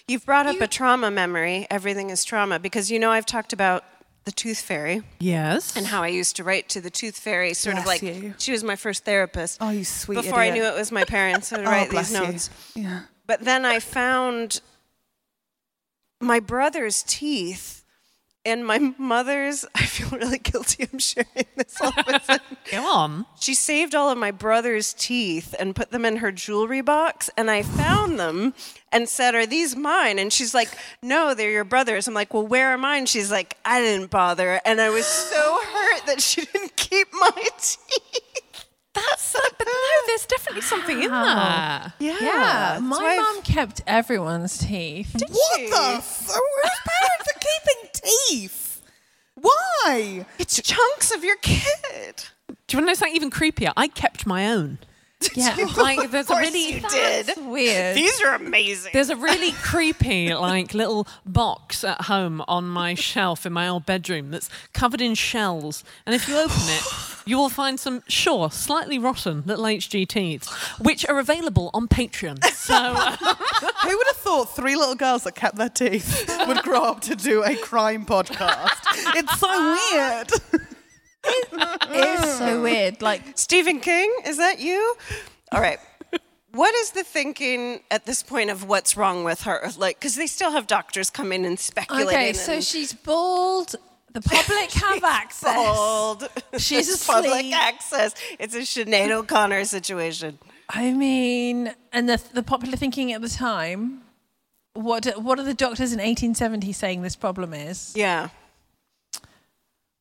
Speaker 5: You've brought up a trauma memory. Everything is trauma because you know I've talked about the tooth fairy.
Speaker 8: Yes.
Speaker 5: And how I used to write to the tooth fairy, sort of
Speaker 10: Bless
Speaker 5: like
Speaker 10: you.
Speaker 5: she was my first therapist.
Speaker 10: Oh, you sweet
Speaker 5: Before I
Speaker 10: idiot.
Speaker 5: knew it was my parents, I would
Speaker 10: Oh,
Speaker 5: write
Speaker 10: bless
Speaker 5: these
Speaker 10: you.
Speaker 5: notes.
Speaker 10: Yeah.
Speaker 5: But then I found my brother's teeth and my mother's. I feel really guilty. I'm sharing this all of a sudden.
Speaker 8: Come on.
Speaker 5: She saved all of my brother's teeth and put them in her jewelry box, and I found them and said, Are these mine? And she's like, No, they're your brother's. I'm like, Well, where are mine? She's like, I didn't bother. And I was so hurt that she didn't keep my teeth.
Speaker 8: That's, but no, there's definitely something in
Speaker 7: Wow.
Speaker 8: there.
Speaker 7: Yeah. My mum kept everyone's teeth.
Speaker 10: What the? F- where's parents are keeping teeth? Why?
Speaker 5: It's chunks of your kid.
Speaker 8: Do you want to know something even creepier? I kept my own.
Speaker 7: Yeah,
Speaker 8: like there's a
Speaker 5: course
Speaker 8: really
Speaker 5: you did.
Speaker 7: That's weird.
Speaker 5: These are amazing.
Speaker 8: There's a really creepy, like, little box at home on my shelf in my old bedroom that's covered in shells. And if you open it, you will find some, sure, slightly rotten little HGTs, which are available on Patreon. So, uh,
Speaker 10: Who would have thought three little girls that kept their teeth would grow up to do a crime podcast? It's
Speaker 11: Ah.
Speaker 10: so weird.
Speaker 7: It is so weird. Like
Speaker 5: Stephen King, is that you? All right. What is the thinking at this point of what's wrong with her? Like, because they still have doctors come in and speculate.
Speaker 7: Okay, so she's bald. The public have access.
Speaker 5: Bald.
Speaker 7: She's
Speaker 5: It's
Speaker 7: asleep.
Speaker 5: public access. It's a Sinead O'Connor situation.
Speaker 7: I mean, and the the popular thinking at the time, what what are the doctors in 1870 saying this problem is?
Speaker 5: Yeah.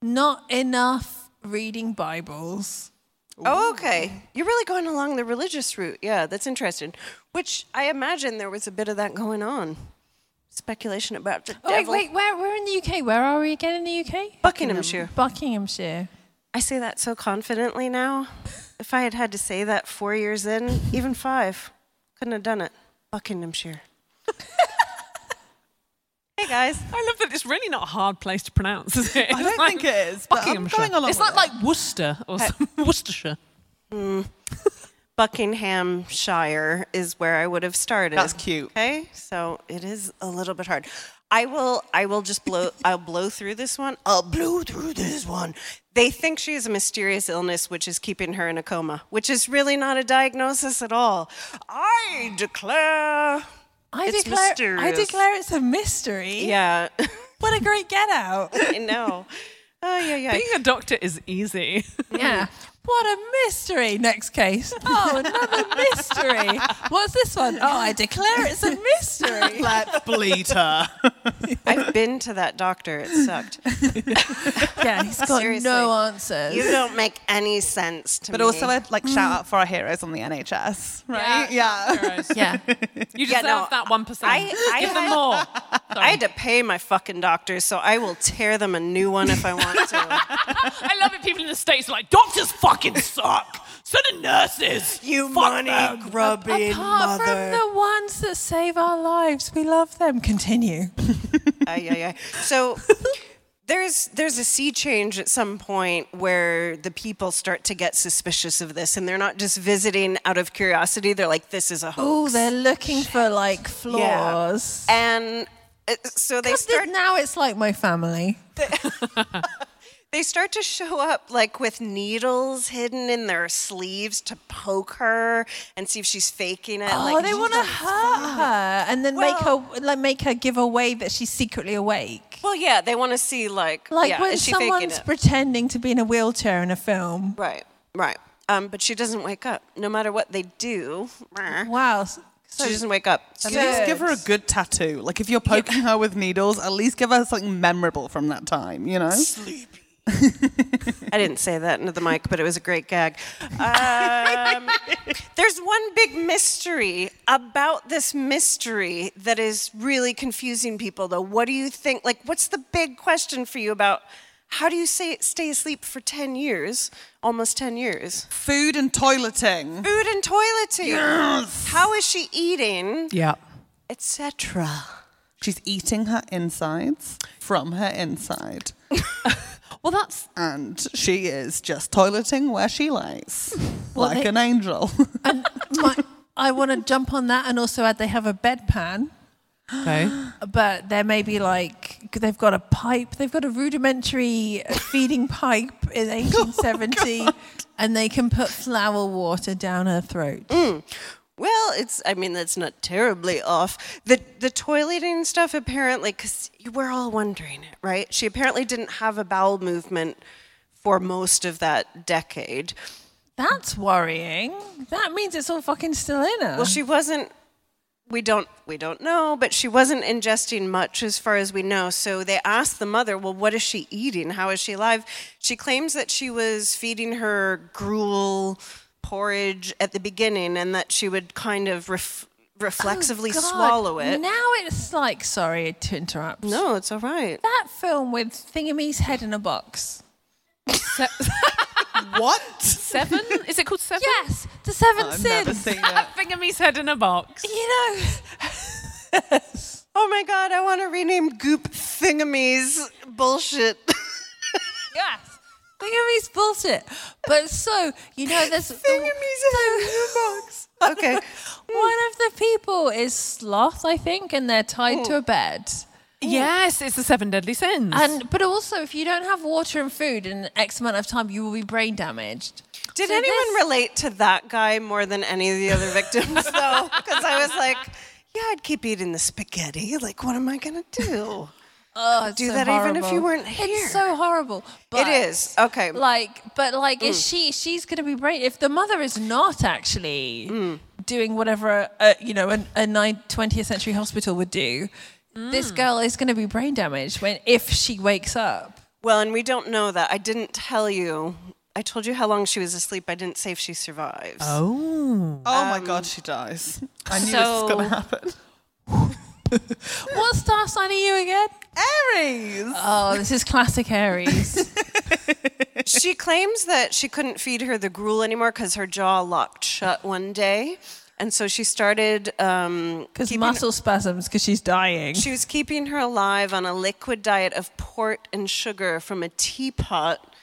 Speaker 7: Not enough reading Bibles.
Speaker 5: Oh, okay. You're really going along the religious route. Yeah, that's interesting. Which I imagine there was a bit of that going on. Speculation about the
Speaker 7: Oh, wait,
Speaker 5: devil.
Speaker 7: wait, where we're in the UK? Where are we again in the UK?
Speaker 5: Buckinghamshire.
Speaker 7: Buckinghamshire.
Speaker 5: I say that so confidently now. If I had had to say that four years in, even five, couldn't have done it. Buckinghamshire. hey guys.
Speaker 8: I love that it's really not a hard place to pronounce, is it?
Speaker 10: I don't think it is, but I'm
Speaker 8: Buckinghamshire.
Speaker 10: going along
Speaker 8: it's
Speaker 10: with
Speaker 8: not like Worcester or some, Worcestershire.
Speaker 5: Mm. Buckinghamshire is where I would have started.
Speaker 10: That's cute.
Speaker 5: Okay, so it is a little bit hard. I will. I will just blow. I'll blow through this one. I'll blow through this one. They think she has a mysterious illness, which is keeping her in a coma, which is really not a diagnosis at all. I declare.
Speaker 7: I
Speaker 5: it's
Speaker 7: declare, I
Speaker 5: mysterious.
Speaker 7: declare it's a mystery.
Speaker 5: Yeah.
Speaker 7: What a great get out.
Speaker 5: I know. Oh yeah, yeah.
Speaker 8: Being a doctor is easy.
Speaker 7: Yeah. What a mystery. Next case. Oh, another mystery. What's this one? Oh, I declare it's a mystery.
Speaker 10: Let's bleed her.
Speaker 5: I've been to that doctor. It sucked.
Speaker 7: yeah, he's got
Speaker 5: Seriously.
Speaker 7: no answers.
Speaker 5: You don't make any sense to
Speaker 10: But
Speaker 5: me.
Speaker 10: also, I'd like shout out for our heroes on the NHS, right? Yeah.
Speaker 7: yeah.
Speaker 8: You
Speaker 5: Yeah,
Speaker 8: deserve
Speaker 5: no,
Speaker 8: that 1%.
Speaker 5: I- I
Speaker 8: Give them
Speaker 5: had-
Speaker 8: more.
Speaker 5: I had to pay my fucking doctors, so I will tear them a new one if I want to.
Speaker 8: I love it. People in the States are like, doctors fucking suck. So do nurses.
Speaker 5: you
Speaker 8: Fuck
Speaker 5: money
Speaker 8: them.
Speaker 5: grubbing
Speaker 7: Apart from
Speaker 5: mother.
Speaker 7: the ones that save our lives, we love them. Continue.
Speaker 5: Ay, ay, ay. So there's there's a sea change at some point where the people start to get suspicious of this, and they're not just visiting out of curiosity. They're like, this is a
Speaker 7: Oh,
Speaker 5: hoax.
Speaker 7: they're looking for like flaws.
Speaker 5: and uh, so they
Speaker 7: God,
Speaker 5: start
Speaker 7: now it's like my family.
Speaker 11: They start to show up like with needles hidden in their sleeves to poke her and see if she's faking it.
Speaker 7: Oh,
Speaker 11: like,
Speaker 7: they want to hurt her and then make her like make her give away that she's secretly awake.
Speaker 11: Well, yeah, they want to see like
Speaker 7: Like
Speaker 11: yeah,
Speaker 7: when
Speaker 11: is she faking
Speaker 7: someone's
Speaker 11: it?
Speaker 7: pretending to be in a wheelchair in a film.
Speaker 11: Right, right. Um, but she doesn't wake up, no matter what they do.
Speaker 7: Wow.
Speaker 11: she doesn't wake up.
Speaker 10: At least give her a good tattoo. Like if you're poking her with needles, at least give her something memorable from that time, you know?
Speaker 11: Sleepy. I didn't say that into the mic, but it was a great gag. Um, there's one big mystery about this mystery that is really confusing people, though. What do you think? Like, what's the big question for you about how do you say, stay asleep for 10 years, almost 10 years?
Speaker 10: Food and toileting.
Speaker 11: Food and toileting.
Speaker 10: Yes.
Speaker 11: How is she eating?
Speaker 10: Yeah.
Speaker 11: Etc.
Speaker 10: She's eating her insides from her inside.
Speaker 6: well, that's.
Speaker 10: And she is just toileting where she lies,
Speaker 7: Well,
Speaker 10: like
Speaker 7: they-
Speaker 10: an angel.
Speaker 7: I want to jump on that and also add they have a bedpan.
Speaker 6: Okay.
Speaker 7: But they're maybe like they've got a pipe. They've got a rudimentary feeding pipe in
Speaker 11: Oh,
Speaker 7: 1870, and they can put flower water down her throat.
Speaker 11: Mm. Well, it's. I mean, that's not terribly off. The the toileting stuff apparently, because we're all wondering it, right? She apparently didn't have a bowel movement for most of that decade.
Speaker 7: That's worrying. That means it's all fucking still in her.
Speaker 11: Well, she wasn't. We don't. We don't know, but she wasn't ingesting much, as far as we know. So they asked the mother, "Well, what is she eating? How is she alive?" She claims that she was feeding her gruel porridge at the beginning, and that she would kind of ref, reflexively
Speaker 7: Oh, God,
Speaker 11: swallow it.
Speaker 7: Now it's like, sorry to interrupt.
Speaker 11: No, it's all right.
Speaker 7: That film with Thingamy's head in a box.
Speaker 10: what?
Speaker 8: Seven? Is it called Seven?
Speaker 7: Yes, the Seven
Speaker 8: I've
Speaker 7: Sins.
Speaker 8: never seen it. Thingamy's head in a box.
Speaker 7: You know,
Speaker 11: Oh my god, I want to rename Goop Thingamies bullshit.
Speaker 7: yes. Thingamy's bullshit. But so, you know, there's Thingamy's
Speaker 11: head in a box. Okay.
Speaker 7: One of the people is sloth, I think, and they're tied
Speaker 11: Oh.
Speaker 7: to a bed.
Speaker 8: Yes, it's the Seven Deadly Sins.
Speaker 7: And but also if you don't have water and food in X amount of time, you will be brain damaged.
Speaker 11: Did
Speaker 7: So
Speaker 11: anyone
Speaker 7: this-
Speaker 11: relate to that guy more than any of the other victims, though? Because I was like, yeah, I'd keep eating the spaghetti. Like, what am I going to do?
Speaker 7: Oh, it's
Speaker 11: do
Speaker 7: so
Speaker 11: that even if you
Speaker 7: horrible.
Speaker 11: weren't here.
Speaker 7: It's so horrible.
Speaker 11: it
Speaker 7: But
Speaker 11: is. Okay. Mm.
Speaker 7: Like, but like, is she? She's gonna be brain. If the mother is not actually
Speaker 11: Mm.
Speaker 7: doing whatever a, you know an, a nine, 20th century hospital would do, this
Speaker 11: Mm.
Speaker 7: girl is gonna be brain damaged when if she wakes up.
Speaker 11: well, and we don't know that. I didn't tell you. I told you how long she was asleep. I didn't say if she survives.
Speaker 6: Oh.
Speaker 10: Oh my God, she dies. I knew this was going
Speaker 11: so-
Speaker 10: to happen.
Speaker 7: What star sign are you again?
Speaker 10: Aries.
Speaker 7: Oh, this is classic Aries.
Speaker 11: she claims that she couldn't feed her the gruel anymore because her jaw locked shut one day. And so she started. Um,
Speaker 7: Because
Speaker 11: keeping-
Speaker 7: muscle spasms, because she's dying.
Speaker 11: She was keeping her alive on a liquid diet of port and sugar from a teapot.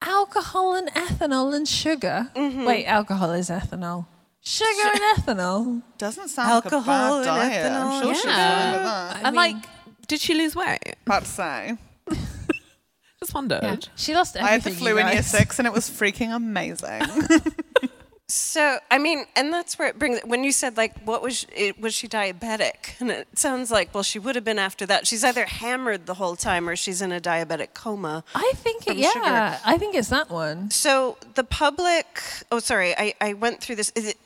Speaker 7: alcohol and ethanol and sugar.
Speaker 11: Mm-hmm.
Speaker 7: Wait, alcohol is ethanol. Sugar and ethanol.
Speaker 10: Doesn't sound
Speaker 11: Alcohol and
Speaker 10: like a bad diet. I'm
Speaker 11: ethanol.
Speaker 10: sure she's fine with that.
Speaker 8: and like, did she lose weight?
Speaker 10: About to say.
Speaker 8: Just wondered.
Speaker 7: Yeah. She lost everything.
Speaker 10: I had the flu
Speaker 7: you
Speaker 10: in year
Speaker 7: guys.
Speaker 10: six and it was freaking amazing.
Speaker 11: So I mean, and that's where it brings. When you said like, what was she, it, was she diabetic? And it sounds like well, she would have been after that. She's either hammered the whole time or she's in a diabetic coma.
Speaker 7: I think it,
Speaker 11: From
Speaker 7: yeah.
Speaker 11: sugar.
Speaker 7: I think it's that one.
Speaker 11: So the public. Oh, sorry. I, I went through this. Is it,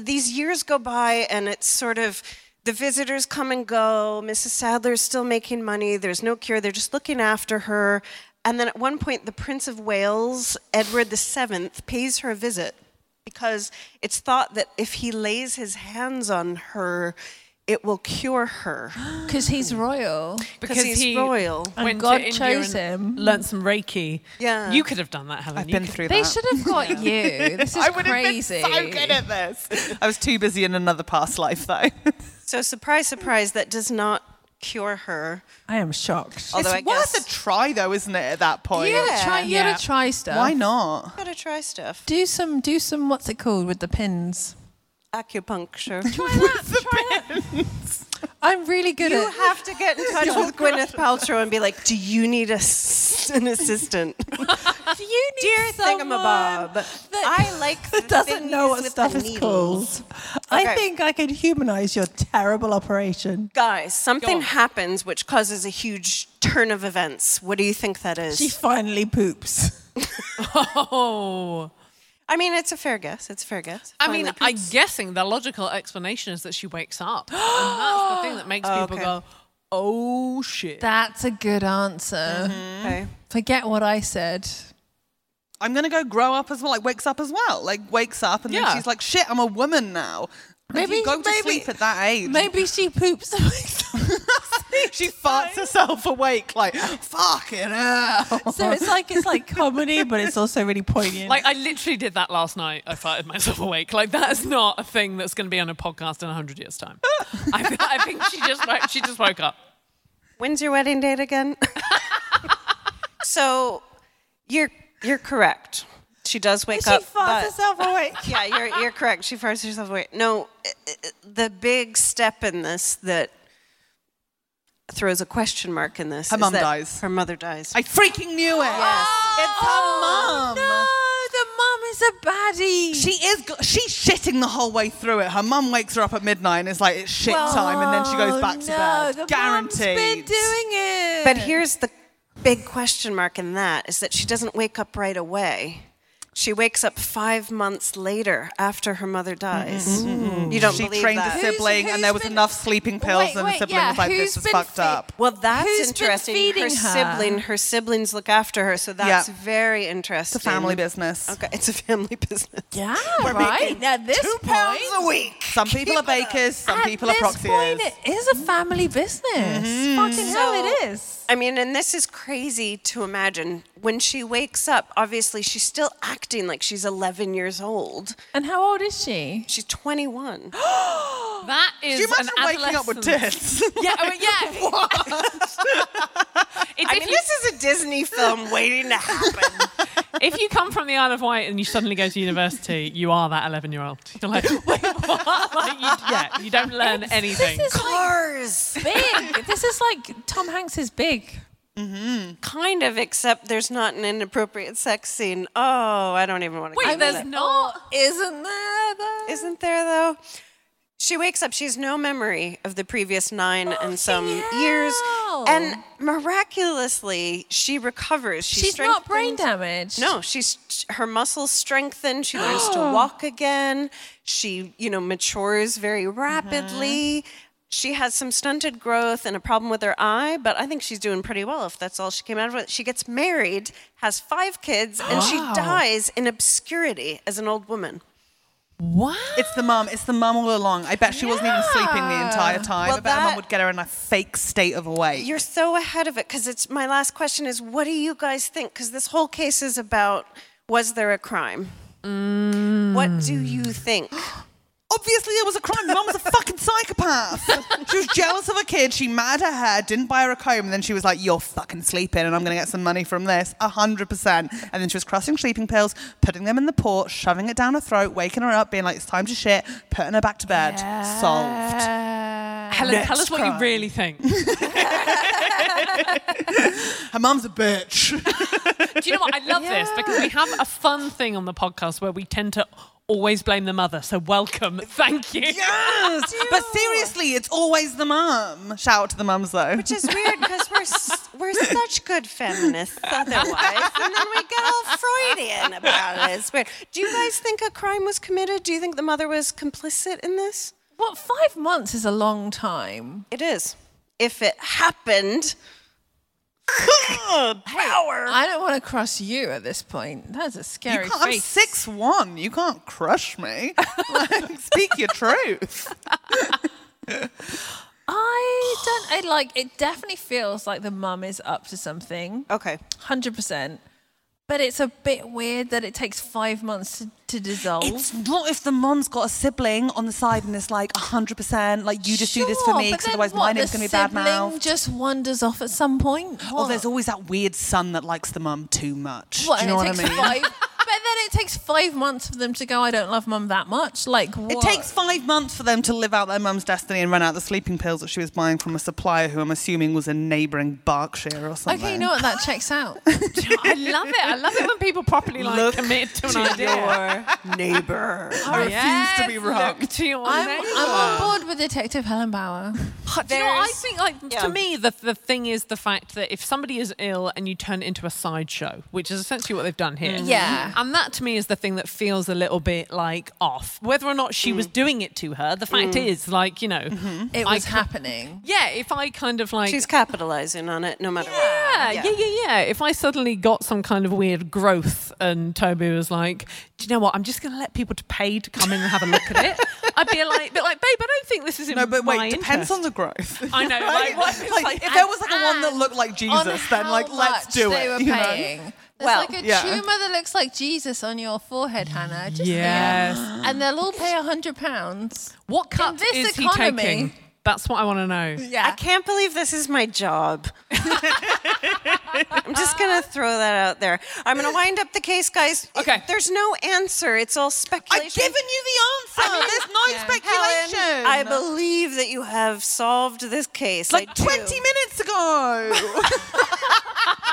Speaker 11: these years go by, and it's sort of the visitors come and go. Mrs. Sadler's still making money. There's no cure. They're just looking after her. And then at one point, the Prince of Wales, Edward VII, pays her a visit because it's thought that if he lays his hands on her, it will cure her
Speaker 7: Because he's royal.
Speaker 11: because he's
Speaker 8: he
Speaker 11: royal.
Speaker 7: And
Speaker 8: went
Speaker 7: God
Speaker 8: to India
Speaker 7: chose
Speaker 8: and
Speaker 7: him.
Speaker 8: Learned some Reiki.
Speaker 11: Yeah.
Speaker 8: You could have done that, Helen.
Speaker 10: I've
Speaker 8: You
Speaker 10: been
Speaker 8: could-
Speaker 10: through
Speaker 7: They
Speaker 10: that.
Speaker 7: should have got you. This is
Speaker 10: I would have been
Speaker 7: crazy.
Speaker 10: so good at this. I was too busy in another past life, though.
Speaker 11: So, surprise, surprise, that does not cure her.
Speaker 7: I am shocked.
Speaker 11: Although I
Speaker 10: it's
Speaker 11: guess.
Speaker 10: worth a try, though, isn't it? At that point,
Speaker 7: You gotta try, you
Speaker 8: Yeah.
Speaker 7: gotta try stuff.
Speaker 10: why not?
Speaker 11: Gotta try stuff.
Speaker 7: Do some, do some. What's it called with the pins?
Speaker 11: Acupuncture.
Speaker 7: Try that. try that. I'm really good
Speaker 11: you
Speaker 7: at.
Speaker 11: have to get in touch
Speaker 7: Oh,
Speaker 11: with Gwyneth Paltrow and be like, "Do you need a s- an assistant?"
Speaker 7: Do you need
Speaker 11: Dear
Speaker 7: someone
Speaker 11: Thingamabob, I like the
Speaker 7: that doesn't know
Speaker 11: thingies
Speaker 7: what
Speaker 11: with
Speaker 7: stuff
Speaker 11: the
Speaker 7: is called?
Speaker 11: needles.
Speaker 7: I
Speaker 11: Okay.
Speaker 7: think I could humanize your terrible operation.
Speaker 11: Guys,
Speaker 7: Go
Speaker 11: something
Speaker 7: on.
Speaker 11: happens which causes a huge turn of events. What do you think that is?
Speaker 7: She finally poops.
Speaker 8: oh.
Speaker 11: I mean, it's a fair guess. It's a fair guess.
Speaker 8: I mean,
Speaker 11: Finally
Speaker 8: I'm
Speaker 11: poops.
Speaker 8: guessing the logical explanation is that she wakes up. and that's the thing that makes
Speaker 11: Oh,
Speaker 8: people
Speaker 11: okay.
Speaker 8: go, oh shit.
Speaker 7: That's a good answer.
Speaker 10: Mm-hmm.
Speaker 11: Okay.
Speaker 7: Forget what I said.
Speaker 10: I'm gonna go grow up as well. Like wakes up as well. Like wakes up and
Speaker 7: Yeah.
Speaker 10: then she's like, "Shit, I'm a woman now." And if you go to sleep at that age.
Speaker 7: Maybe she poops.
Speaker 10: she farts herself awake. Like fucking hell.
Speaker 7: so it's like it's like comedy, but it's also really poignant.
Speaker 8: Like, I literally did that last night. I farted myself awake. Like, that is not a thing that's going to be on a podcast in 100 years' time. I, th- I think she just, wo- she just woke up.
Speaker 11: When's your wedding date again? so, you're you're correct. She does wake
Speaker 7: she
Speaker 10: uh,
Speaker 11: up.
Speaker 7: farts
Speaker 11: but-
Speaker 7: herself awake.
Speaker 11: yeah, you're you're correct. She farts herself away. No, i- i- the big step in this that throws a question mark in this.
Speaker 10: Her
Speaker 11: is
Speaker 10: mum
Speaker 11: that
Speaker 10: dies.
Speaker 11: Her mother dies. Oh.
Speaker 10: I freaking knew it. It's her mum.
Speaker 7: No, the mum is a baddie.
Speaker 10: She is. go- She's shitting the whole way through it. Her mum wakes her up at midnight and it's like it's shit time, and then she goes back to bed. Guaranteed.
Speaker 7: doing it.
Speaker 11: But here's the big question mark in that is that she doesn't wake up right away. She wakes up five months later after her mother dies. You don't
Speaker 10: Mm-hmm. she
Speaker 11: believe
Speaker 10: trained
Speaker 11: that.
Speaker 10: a sibling, and there was enough sleeping pills,
Speaker 7: Wait,
Speaker 10: and the
Speaker 7: wait,
Speaker 10: sibling
Speaker 7: yeah,
Speaker 10: was like,
Speaker 7: who's
Speaker 10: "This is
Speaker 7: been
Speaker 10: fucked
Speaker 7: fe-
Speaker 10: up."
Speaker 11: Well, that's
Speaker 7: Who's been
Speaker 11: interesting.
Speaker 7: feeding
Speaker 11: her,
Speaker 7: her?
Speaker 11: sibling, her siblings look after her, so that's
Speaker 10: Yeah.
Speaker 11: very interesting.
Speaker 10: It's a family business.
Speaker 11: Okay, it's a family business.
Speaker 7: Yeah,
Speaker 10: We're
Speaker 7: right.
Speaker 10: making
Speaker 7: Now this
Speaker 10: Two
Speaker 7: point,
Speaker 10: pounds a week. Some people are bakers, some
Speaker 7: at
Speaker 10: people are Mm-hmm.
Speaker 7: this
Speaker 10: proxiers.
Speaker 7: point, it is a family business. Fucking hell, it is.
Speaker 11: I mean, and this is crazy to imagine. When she wakes up, obviously she's still acting like she's 11 years old.
Speaker 7: And how old is she?
Speaker 11: She's 21.
Speaker 8: That is
Speaker 10: Do you imagine
Speaker 8: an
Speaker 10: waking up with
Speaker 8: adolescent-
Speaker 10: tits?
Speaker 8: Yeah,
Speaker 7: oh,
Speaker 8: I mean, yeah. It's
Speaker 11: I
Speaker 8: if
Speaker 11: mean,
Speaker 8: you-
Speaker 11: this is a Disney film waiting to happen.
Speaker 8: if you come from the Isle of Wight and you suddenly go to university, you are that 11 year old. You're like, wait, what? Like, you, yeah, you don't learn anything.
Speaker 7: This is
Speaker 11: Cars!
Speaker 7: like big. this is like Tom Hanks is big.
Speaker 11: Kind of, except there's not an inappropriate sex scene. Oh, I don't even want to
Speaker 8: Wait,
Speaker 11: get into
Speaker 8: there's
Speaker 11: that.
Speaker 7: oh,
Speaker 8: not.
Speaker 7: Isn't there though?
Speaker 11: Isn't there though? She wakes up. She has no memory of the previous nine and some years,
Speaker 7: hell.
Speaker 11: and miraculously she recovers. She
Speaker 7: She's not brain
Speaker 11: strengthens-
Speaker 7: damaged.
Speaker 11: No, she's her muscles strengthen. She learns to walk again. She, you know, matures very
Speaker 7: Uh-huh.
Speaker 11: rapidly. She has some stunted growth and a problem with her eye, but I think she's doing pretty well if that's all she came out of it. She gets married, has five kids, and she dies in obscurity as an old woman.
Speaker 7: What?
Speaker 10: It's the mum. It's the mum all along. I bet she wasn't even sleeping the entire time.
Speaker 11: Well,
Speaker 10: I bet her
Speaker 11: that-
Speaker 10: mum would get her in a fake state of awake.
Speaker 11: You're so ahead of it because it's my last question is what do you guys think? Because this whole case is about was there a crime?
Speaker 7: Mm.
Speaker 11: What do you think?
Speaker 10: Obviously, there was a crime. Mum was a fucking psychopath. she was jealous of her kid. She mad her hair, didn't buy her a comb, and then she was like, "You're fucking sleeping, and I'm gonna get some money from this, a hundred percent." And then she was crushing sleeping pills, putting them in the port, shoving it down her throat, waking her up, being like, "It's time to shit," putting her back to bed. Solved.
Speaker 8: Helen, tell us what you really think. Do
Speaker 10: Her mum's a bitch.
Speaker 8: you know what? I love this because we have a fun thing on the podcast where we tend to always blame the mother. So, welcome. Thank you.
Speaker 10: Yes. but seriously, it's always the mum. Shout out to the mums though.
Speaker 11: Which is weird because we're s- we're such good feminists otherwise, and then we get all Freudian about it. It's weird. Do you guys think a crime was committed? Do you think the mother was complicit in this?
Speaker 7: What? Five months is a long time.
Speaker 11: It is. If it happened, God, power.
Speaker 7: I don't want to cross you at this point. That's a
Speaker 10: you
Speaker 7: scary
Speaker 10: can't, I'm
Speaker 7: face.
Speaker 10: six one. You can't crush me. like, speak your truth.
Speaker 7: I don't. I like. It definitely feels like the mum is up to something.
Speaker 11: Okay.
Speaker 7: Hundred percent. But it's a bit weird that it takes five months to, to dissolve.
Speaker 10: It's not if the mom's got a sibling on the side and it's like 100%, like you just do this for
Speaker 7: Sure,
Speaker 10: me
Speaker 7: but
Speaker 10: because
Speaker 7: then
Speaker 10: otherwise
Speaker 7: what,
Speaker 10: my
Speaker 7: the
Speaker 10: name's going to be bad
Speaker 7: sibling
Speaker 10: mouthed.
Speaker 7: Just wanders off at some point.
Speaker 10: Or there's
Speaker 7: What?
Speaker 10: always that weird son that likes the mum too much.
Speaker 7: What,
Speaker 10: do you
Speaker 7: and
Speaker 10: know
Speaker 7: it
Speaker 10: what I
Speaker 7: takes
Speaker 10: mean?
Speaker 7: Five, but bet then it takes five months for them to go. I don't love mum that much. Like what?
Speaker 10: It takes five months for them to live out their mum's destiny and run out the sleeping pills that she was buying from a supplier who I'm assuming was in neighbouring Berkshire or something.
Speaker 7: Okay, you know what? That checks out.
Speaker 8: I love it. I love it when people properly like
Speaker 10: Look
Speaker 8: commit to an
Speaker 10: to
Speaker 8: idea.
Speaker 10: neighbour.
Speaker 8: Oh,
Speaker 10: I refuse to be
Speaker 8: yes,
Speaker 10: wrong.
Speaker 8: look to your
Speaker 7: I'm,
Speaker 8: neighbour.
Speaker 7: I'm on board with Detective Helen Bauer.
Speaker 8: Do you know what I
Speaker 7: There's-
Speaker 8: think, like,
Speaker 7: Yeah.
Speaker 8: to me, the, the thing is the fact that if somebody is ill and you turn it into a sideshow, which is essentially what they've done here.
Speaker 7: Mm. Yeah.
Speaker 8: And that to me is the thing that feels a little bit like off. Whether or not she was doing it to her, the fact
Speaker 11: Mm.
Speaker 8: is, like, you know,
Speaker 7: It
Speaker 8: I
Speaker 7: was
Speaker 8: ca-
Speaker 7: happening.
Speaker 8: Yeah, if I kind of like.
Speaker 11: She's capitalizing on it no matter
Speaker 8: yeah,
Speaker 11: what.
Speaker 8: yeah, yeah, yeah. If I suddenly got some kind of weird growth and Toby was like, "Do you know what? I'm just going to let people to pay to come in and have a look at it," I'd be like, "But like, babe, I don't think this is in
Speaker 10: No, but
Speaker 8: my
Speaker 10: wait, depends
Speaker 8: interest."
Speaker 10: on the growth.
Speaker 8: I know, like, what- it's
Speaker 10: like,
Speaker 8: like-
Speaker 10: if there was like a one that looked like
Speaker 7: on
Speaker 10: Jesus, then like
Speaker 7: how
Speaker 10: let's
Speaker 7: much
Speaker 10: do
Speaker 7: they
Speaker 10: it.
Speaker 7: were
Speaker 10: you know?
Speaker 7: paying. There's like a
Speaker 10: yeah.
Speaker 7: tumor that looks like Jesus on your forehead, Hannah. Just
Speaker 8: Yes.
Speaker 7: saying. And they'll all pay a hundred pounds.
Speaker 8: What
Speaker 7: cut this
Speaker 8: is he
Speaker 7: economy?
Speaker 8: taking? That's what I want to know.
Speaker 7: Yeah.
Speaker 11: I can't believe this is my job. I'm just going to throw that out there. I'm going to wind up the case, guys. Okay. there's no answer. It's all speculation. I've given
Speaker 10: you the answer. There's no speculation.
Speaker 11: I believe that you have solved this case. Like
Speaker 10: 20 minutes ago.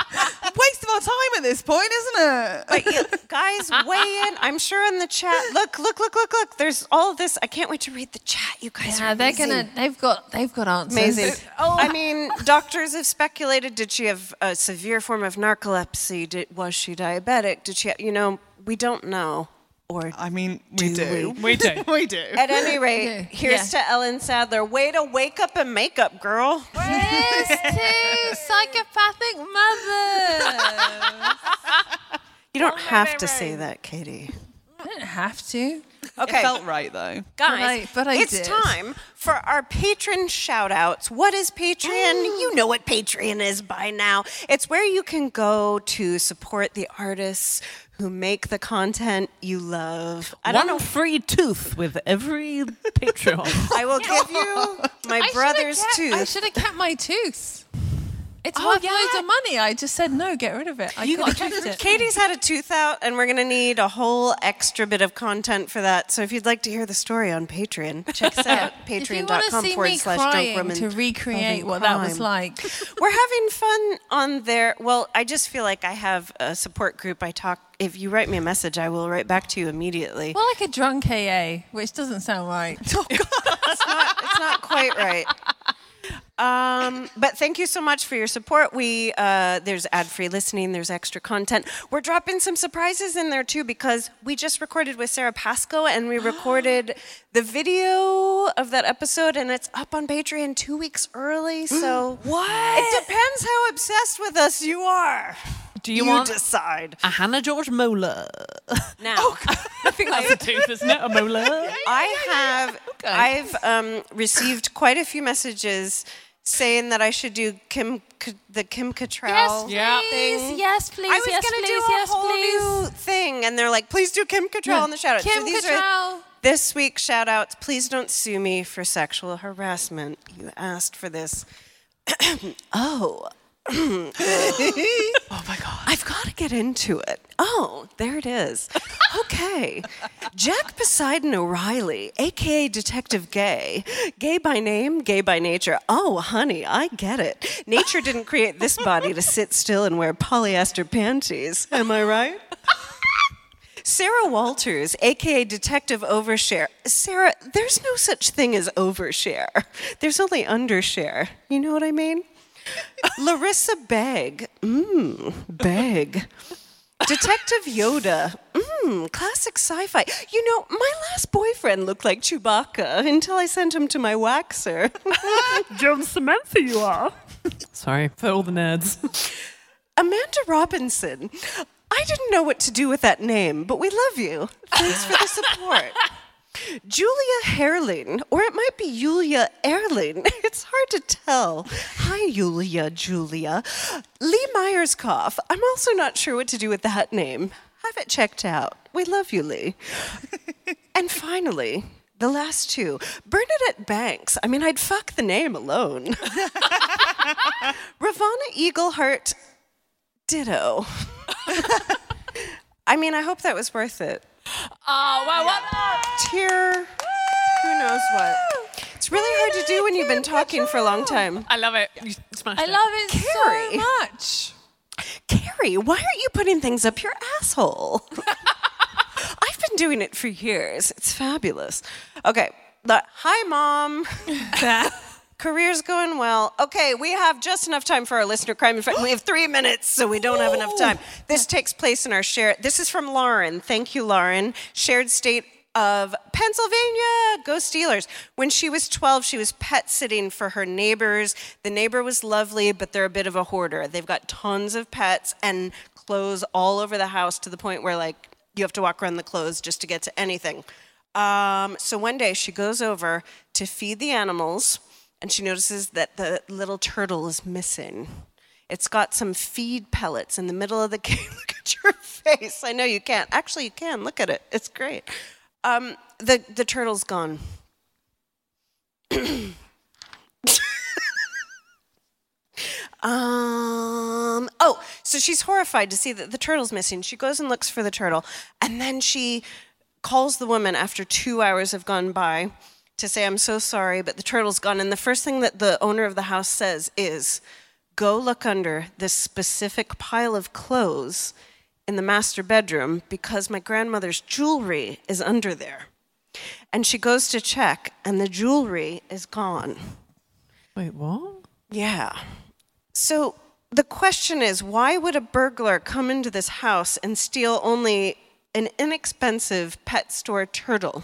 Speaker 10: Waste of our time at this point, isn't it?
Speaker 11: But you, guys, weigh in. I'm sure in the chat. Look, look, look, look, look. There's all this. I can't wait to read the chat. You guys
Speaker 7: Yeah,
Speaker 11: are
Speaker 7: they're
Speaker 11: amazing.
Speaker 7: gonna. They've got. They've got answers.
Speaker 11: Amazing.
Speaker 10: oh.
Speaker 11: I mean, doctors have speculated: did she have a severe form of narcolepsy? Did, was she diabetic? Did she? You know, we don't know. Or
Speaker 10: I mean, we do.
Speaker 8: We do.
Speaker 10: we do.
Speaker 11: At any rate,
Speaker 10: Yeah.
Speaker 11: here's to Ellen Sadler. Way to wake up and make up, girl.
Speaker 7: Here's to psychopathic mother.
Speaker 11: You don't have to say that, Katie.
Speaker 7: I don't have to.
Speaker 11: Okay.
Speaker 10: It felt right though.
Speaker 11: Guys,
Speaker 7: But I- but I
Speaker 11: it's
Speaker 7: did.
Speaker 11: time for our patron shout outs. What is Patreon? You know what Patreon is by now. It's where you can go to support the artists who make the content you love. I
Speaker 6: One
Speaker 11: don't know.
Speaker 6: free tooth with every Patreon.
Speaker 11: I will give you my brother's
Speaker 7: tooth. I
Speaker 11: tooth.
Speaker 7: should have kept my tooth. It's
Speaker 11: Oh,
Speaker 7: worth
Speaker 11: yeah.
Speaker 7: loads of money. I just said no. Get rid of it. I
Speaker 11: You
Speaker 7: could
Speaker 11: got
Speaker 7: have kept it.
Speaker 11: Katie's had a tooth out, and we're going to need a whole extra bit of content for that. So if you'd like to hear the story on Patreon, check us out.
Speaker 7: If you want to
Speaker 11: Patreon.com
Speaker 7: see
Speaker 11: forward
Speaker 7: me
Speaker 11: slash
Speaker 7: crying
Speaker 11: drunk women.
Speaker 7: to recreate what that was like,
Speaker 11: We're having fun on there. Well, I just feel like I have a support group. I talk. If you write me a message, I will write back to you immediately.
Speaker 7: more like a drunk AA, which doesn't sound right.
Speaker 11: it's not it's not quite right. Um, but thank you so much for your support. We uh, there's ad-free listening, there's extra content. We're dropping some surprises in there too because we just recorded with Sarah Pascoe and we recorded the video of that episode and it's up on Patreon two weeks early. So
Speaker 6: What?
Speaker 11: It depends how obsessed with us you are.
Speaker 6: Do you want-
Speaker 11: decide?
Speaker 6: a Hannah George Mola.
Speaker 11: Now.
Speaker 8: I think that's a tooth, isn't it? A molar.
Speaker 11: I have I've um, received quite a few messages saying that I should do Kim K- the Kim Cattrall
Speaker 8: Yes,
Speaker 11: thing.
Speaker 7: please. Yes, please.
Speaker 11: I was
Speaker 7: Yes,
Speaker 11: gonna
Speaker 7: please.
Speaker 11: do a
Speaker 7: Yes,
Speaker 11: whole
Speaker 7: please.
Speaker 11: new thing, and they're like, "Please do Kim Cattrall in the shout out."
Speaker 7: Kim Cattrall.
Speaker 11: this week's shout outs. Please don't sue me for sexual harassment. You asked for this. oh. oh
Speaker 8: my god.
Speaker 11: I've got to get into it. Oh, there it is. Okay. Jack Poseidon O'Reilly, aka Detective Gay. Gay by name, gay by nature. Oh, honey, I get it. Nature didn't create this body to sit still and wear polyester panties. Am I right? Sarah Walters, aka Detective Overshare. Sarah, there's no such thing as overshare. There's only undershare. You know what I mean? Larissa Begg. Mmm, Begg. Detective Yoda. Mmm, classic sci fi. You know, my last boyfriend looked like Chewbacca until I sent him to my waxer.
Speaker 8: John Samantha, you are. Sorry for all the nerds.
Speaker 11: Amanda Robinson. I didn't know what to do with that name, but we love you. Thanks for the support. Julia Herling, or it might be Julia Erling. It's hard to tell. Hi, Julia, Julia. Lee Myerscough. I'm also not sure what to do with that name. Have it checked out. We love you, Lee. and finally, the last two Bernadette Banks. I mean, I'd fuck the name alone. Ravana Eagleheart Ditto. I mean, I hope that was worth it.
Speaker 8: Oh, wow, what?
Speaker 11: Tear, who knows what. It's really hard to do when you've been talking for a long time.
Speaker 8: I love it. You smashed
Speaker 11: I
Speaker 8: it.
Speaker 11: love it so Carrie.
Speaker 7: much.
Speaker 11: Carrie, why aren't you putting things up your asshole? I've been doing it for years. It's fabulous. Okay. The, hi, mom. Career's going well. Okay, we have just enough time for our listener crime. In fact, we have three minutes, so we don't have enough time. This takes place in our share. This is from Lauren. Thank you, Lauren. Shared state of Pennsylvania. Go Steelers. When she was 12, she was pet sitting for her neighbors. The neighbor was lovely, but they're a bit of a hoarder. They've got tons of pets and clothes all over the house to the point where, like, you have to walk around the clothes just to get to anything. Um, so one day she goes over to feed the animals and she notices that the little turtle is missing. It's got some feed pellets in the middle of the cage. look at your face. I know you can't. Actually, you can. Look at it. It's great. Um, the, the turtle's gone. Um, oh, so she's horrified to see that the turtle's missing. She goes and looks for the turtle, and then she calls the woman after two hours have gone by to say, I'm so sorry, but the turtle's gone. And the first thing that the owner of the house says is, Go look under this specific pile of clothes in the master bedroom because my grandmother's jewelry is under there. And she goes to check, and the jewelry is gone.
Speaker 8: Wait, what?
Speaker 11: Yeah. So the question is why would a burglar come into this house and steal only an inexpensive pet store turtle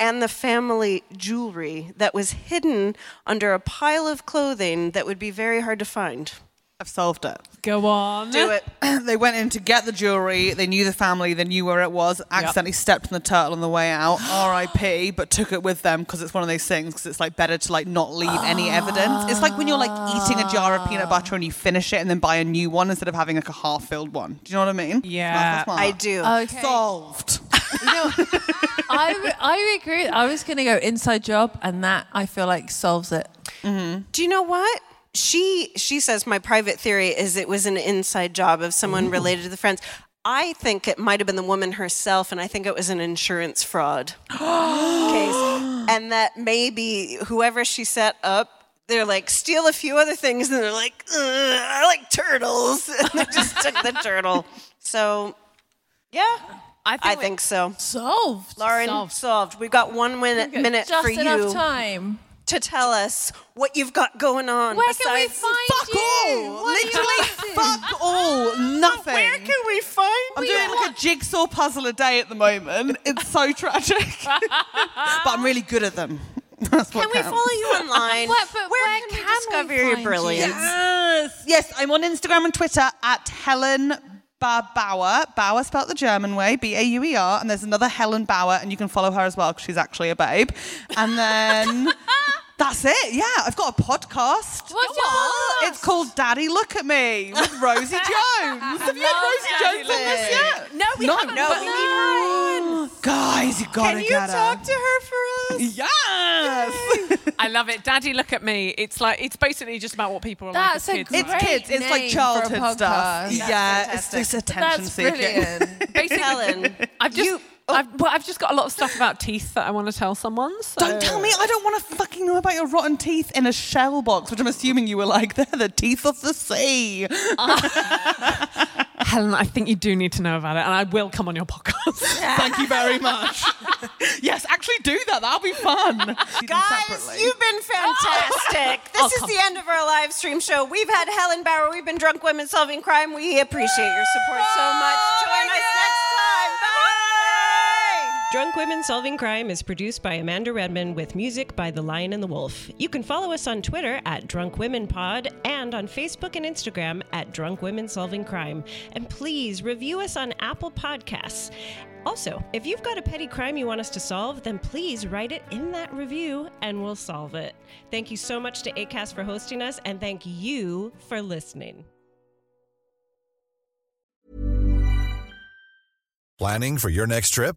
Speaker 11: and the family jewelry that was hidden under a pile of clothing that would be very hard to find?
Speaker 10: I've solved it.
Speaker 8: Go on.
Speaker 10: Do it. they went in to get the jewelry. They knew the family. They knew where it was. Accidentally stepped on the turtle on the way out. R.I.P. But took it with them because it's one of those things. Because it's like better to like not leave any evidence. It's like when you're like eating a jar of peanut butter and you finish it and then buy a new one instead of having like a half-filled one. Do you know what I mean?
Speaker 8: Yeah.
Speaker 7: I do. Okay.
Speaker 10: Solved.
Speaker 7: I, w- I agree. I was going to go inside job, and that I feel like solves it.
Speaker 11: Do you know what? She she says my private theory is it was an inside job of
Speaker 7: Mm.
Speaker 11: someone related to the friends. I think it might have been the woman herself, and I think it was an insurance fraud case. And that maybe whoever she set up, they're like, steal a few other things, and they're like, "Ugh, I like turtles. And they just took the turtle. So, yeah. I think, so.
Speaker 7: Solved.
Speaker 11: Lauren, solved.
Speaker 7: Solved.
Speaker 11: We've got one minute, minute
Speaker 7: Just
Speaker 11: for
Speaker 7: enough
Speaker 11: you
Speaker 7: time.
Speaker 11: to tell us what you've got going on.
Speaker 7: Where can we
Speaker 11: besides
Speaker 7: find
Speaker 11: fuck
Speaker 7: you?
Speaker 11: all.
Speaker 7: What do you
Speaker 11: Literally,
Speaker 10: fuck all. Nothing.
Speaker 11: Where can we find
Speaker 10: I'm
Speaker 11: you?
Speaker 10: doing like a jigsaw puzzle a day at the moment. It's so tragic. but I'm really good at them. That's what
Speaker 11: Can we
Speaker 10: counts.
Speaker 11: follow you online?
Speaker 7: What-
Speaker 11: where,
Speaker 7: but where
Speaker 11: can,
Speaker 7: can
Speaker 11: we discover your
Speaker 7: find you?
Speaker 11: brilliance?
Speaker 10: Yes. Yes, I'm on Instagram and Twitter at Helen Ba- Bauer. Bauer spelled the German way, B A U E R. And there's another Helen Bauer, and you can follow her as well because she's actually a babe. And then that's it. Yeah, I've got a
Speaker 7: What's
Speaker 10: podcast.
Speaker 7: your podcast?
Speaker 10: It's called Daddy Look at Me with Rosie Jones. Have you had
Speaker 8: Daddy
Speaker 10: Rosie Jones on this
Speaker 11: Look
Speaker 10: yet? No, we haven't.
Speaker 11: No, we need her.
Speaker 10: Guys, you gotta
Speaker 11: Can you
Speaker 10: get
Speaker 11: talk
Speaker 10: her.
Speaker 11: to her for us?
Speaker 10: Yes.
Speaker 8: I love it. Daddy, look at me. It's like it's basically just about what people are
Speaker 7: That's
Speaker 8: like.
Speaker 7: a
Speaker 8: as kids.
Speaker 7: great
Speaker 10: It's kids. It's
Speaker 7: name
Speaker 10: like
Speaker 7: for a
Speaker 10: childhood stuff.
Speaker 7: podcast.
Speaker 10: yeah,
Speaker 11: fantastic.
Speaker 10: it's just attention
Speaker 7: That's
Speaker 10: seeking.
Speaker 7: brilliant.
Speaker 8: Basically,
Speaker 11: Helen,
Speaker 8: I've just I've, well, I've just got a lot of stuff about teeth that I want to tell someone. So.
Speaker 10: Don't tell me. I don't want to fucking know about your rotten teeth in a shell box, which I'm assuming you were like, they're the teeth of the sea.
Speaker 8: Helen, I think you do need to know about it, and I will come on your podcast.
Speaker 10: Thank you very much. yes, actually do that. That'll be fun.
Speaker 11: Guys, you've been fantastic. This is the end of our live stream show. We've had Helen Bauer. We've been drunk women solving crime. We appreciate your support so much. Join us next time. Bye.
Speaker 5: Drunk Women Solving Crime is produced by Amanda Redman with music by The Lion and the Wolf. You can follow us on Twitter at Drunk Women Pod and on Facebook and Instagram at Drunk Women Solving Crime. And please review us on Apple Podcasts. Also, if you've got a petty crime you want us to solve, then please write it in that review and we'll solve it. Thank you so much to ACAST for hosting us and thank you for listening.
Speaker 9: Planning for your next trip?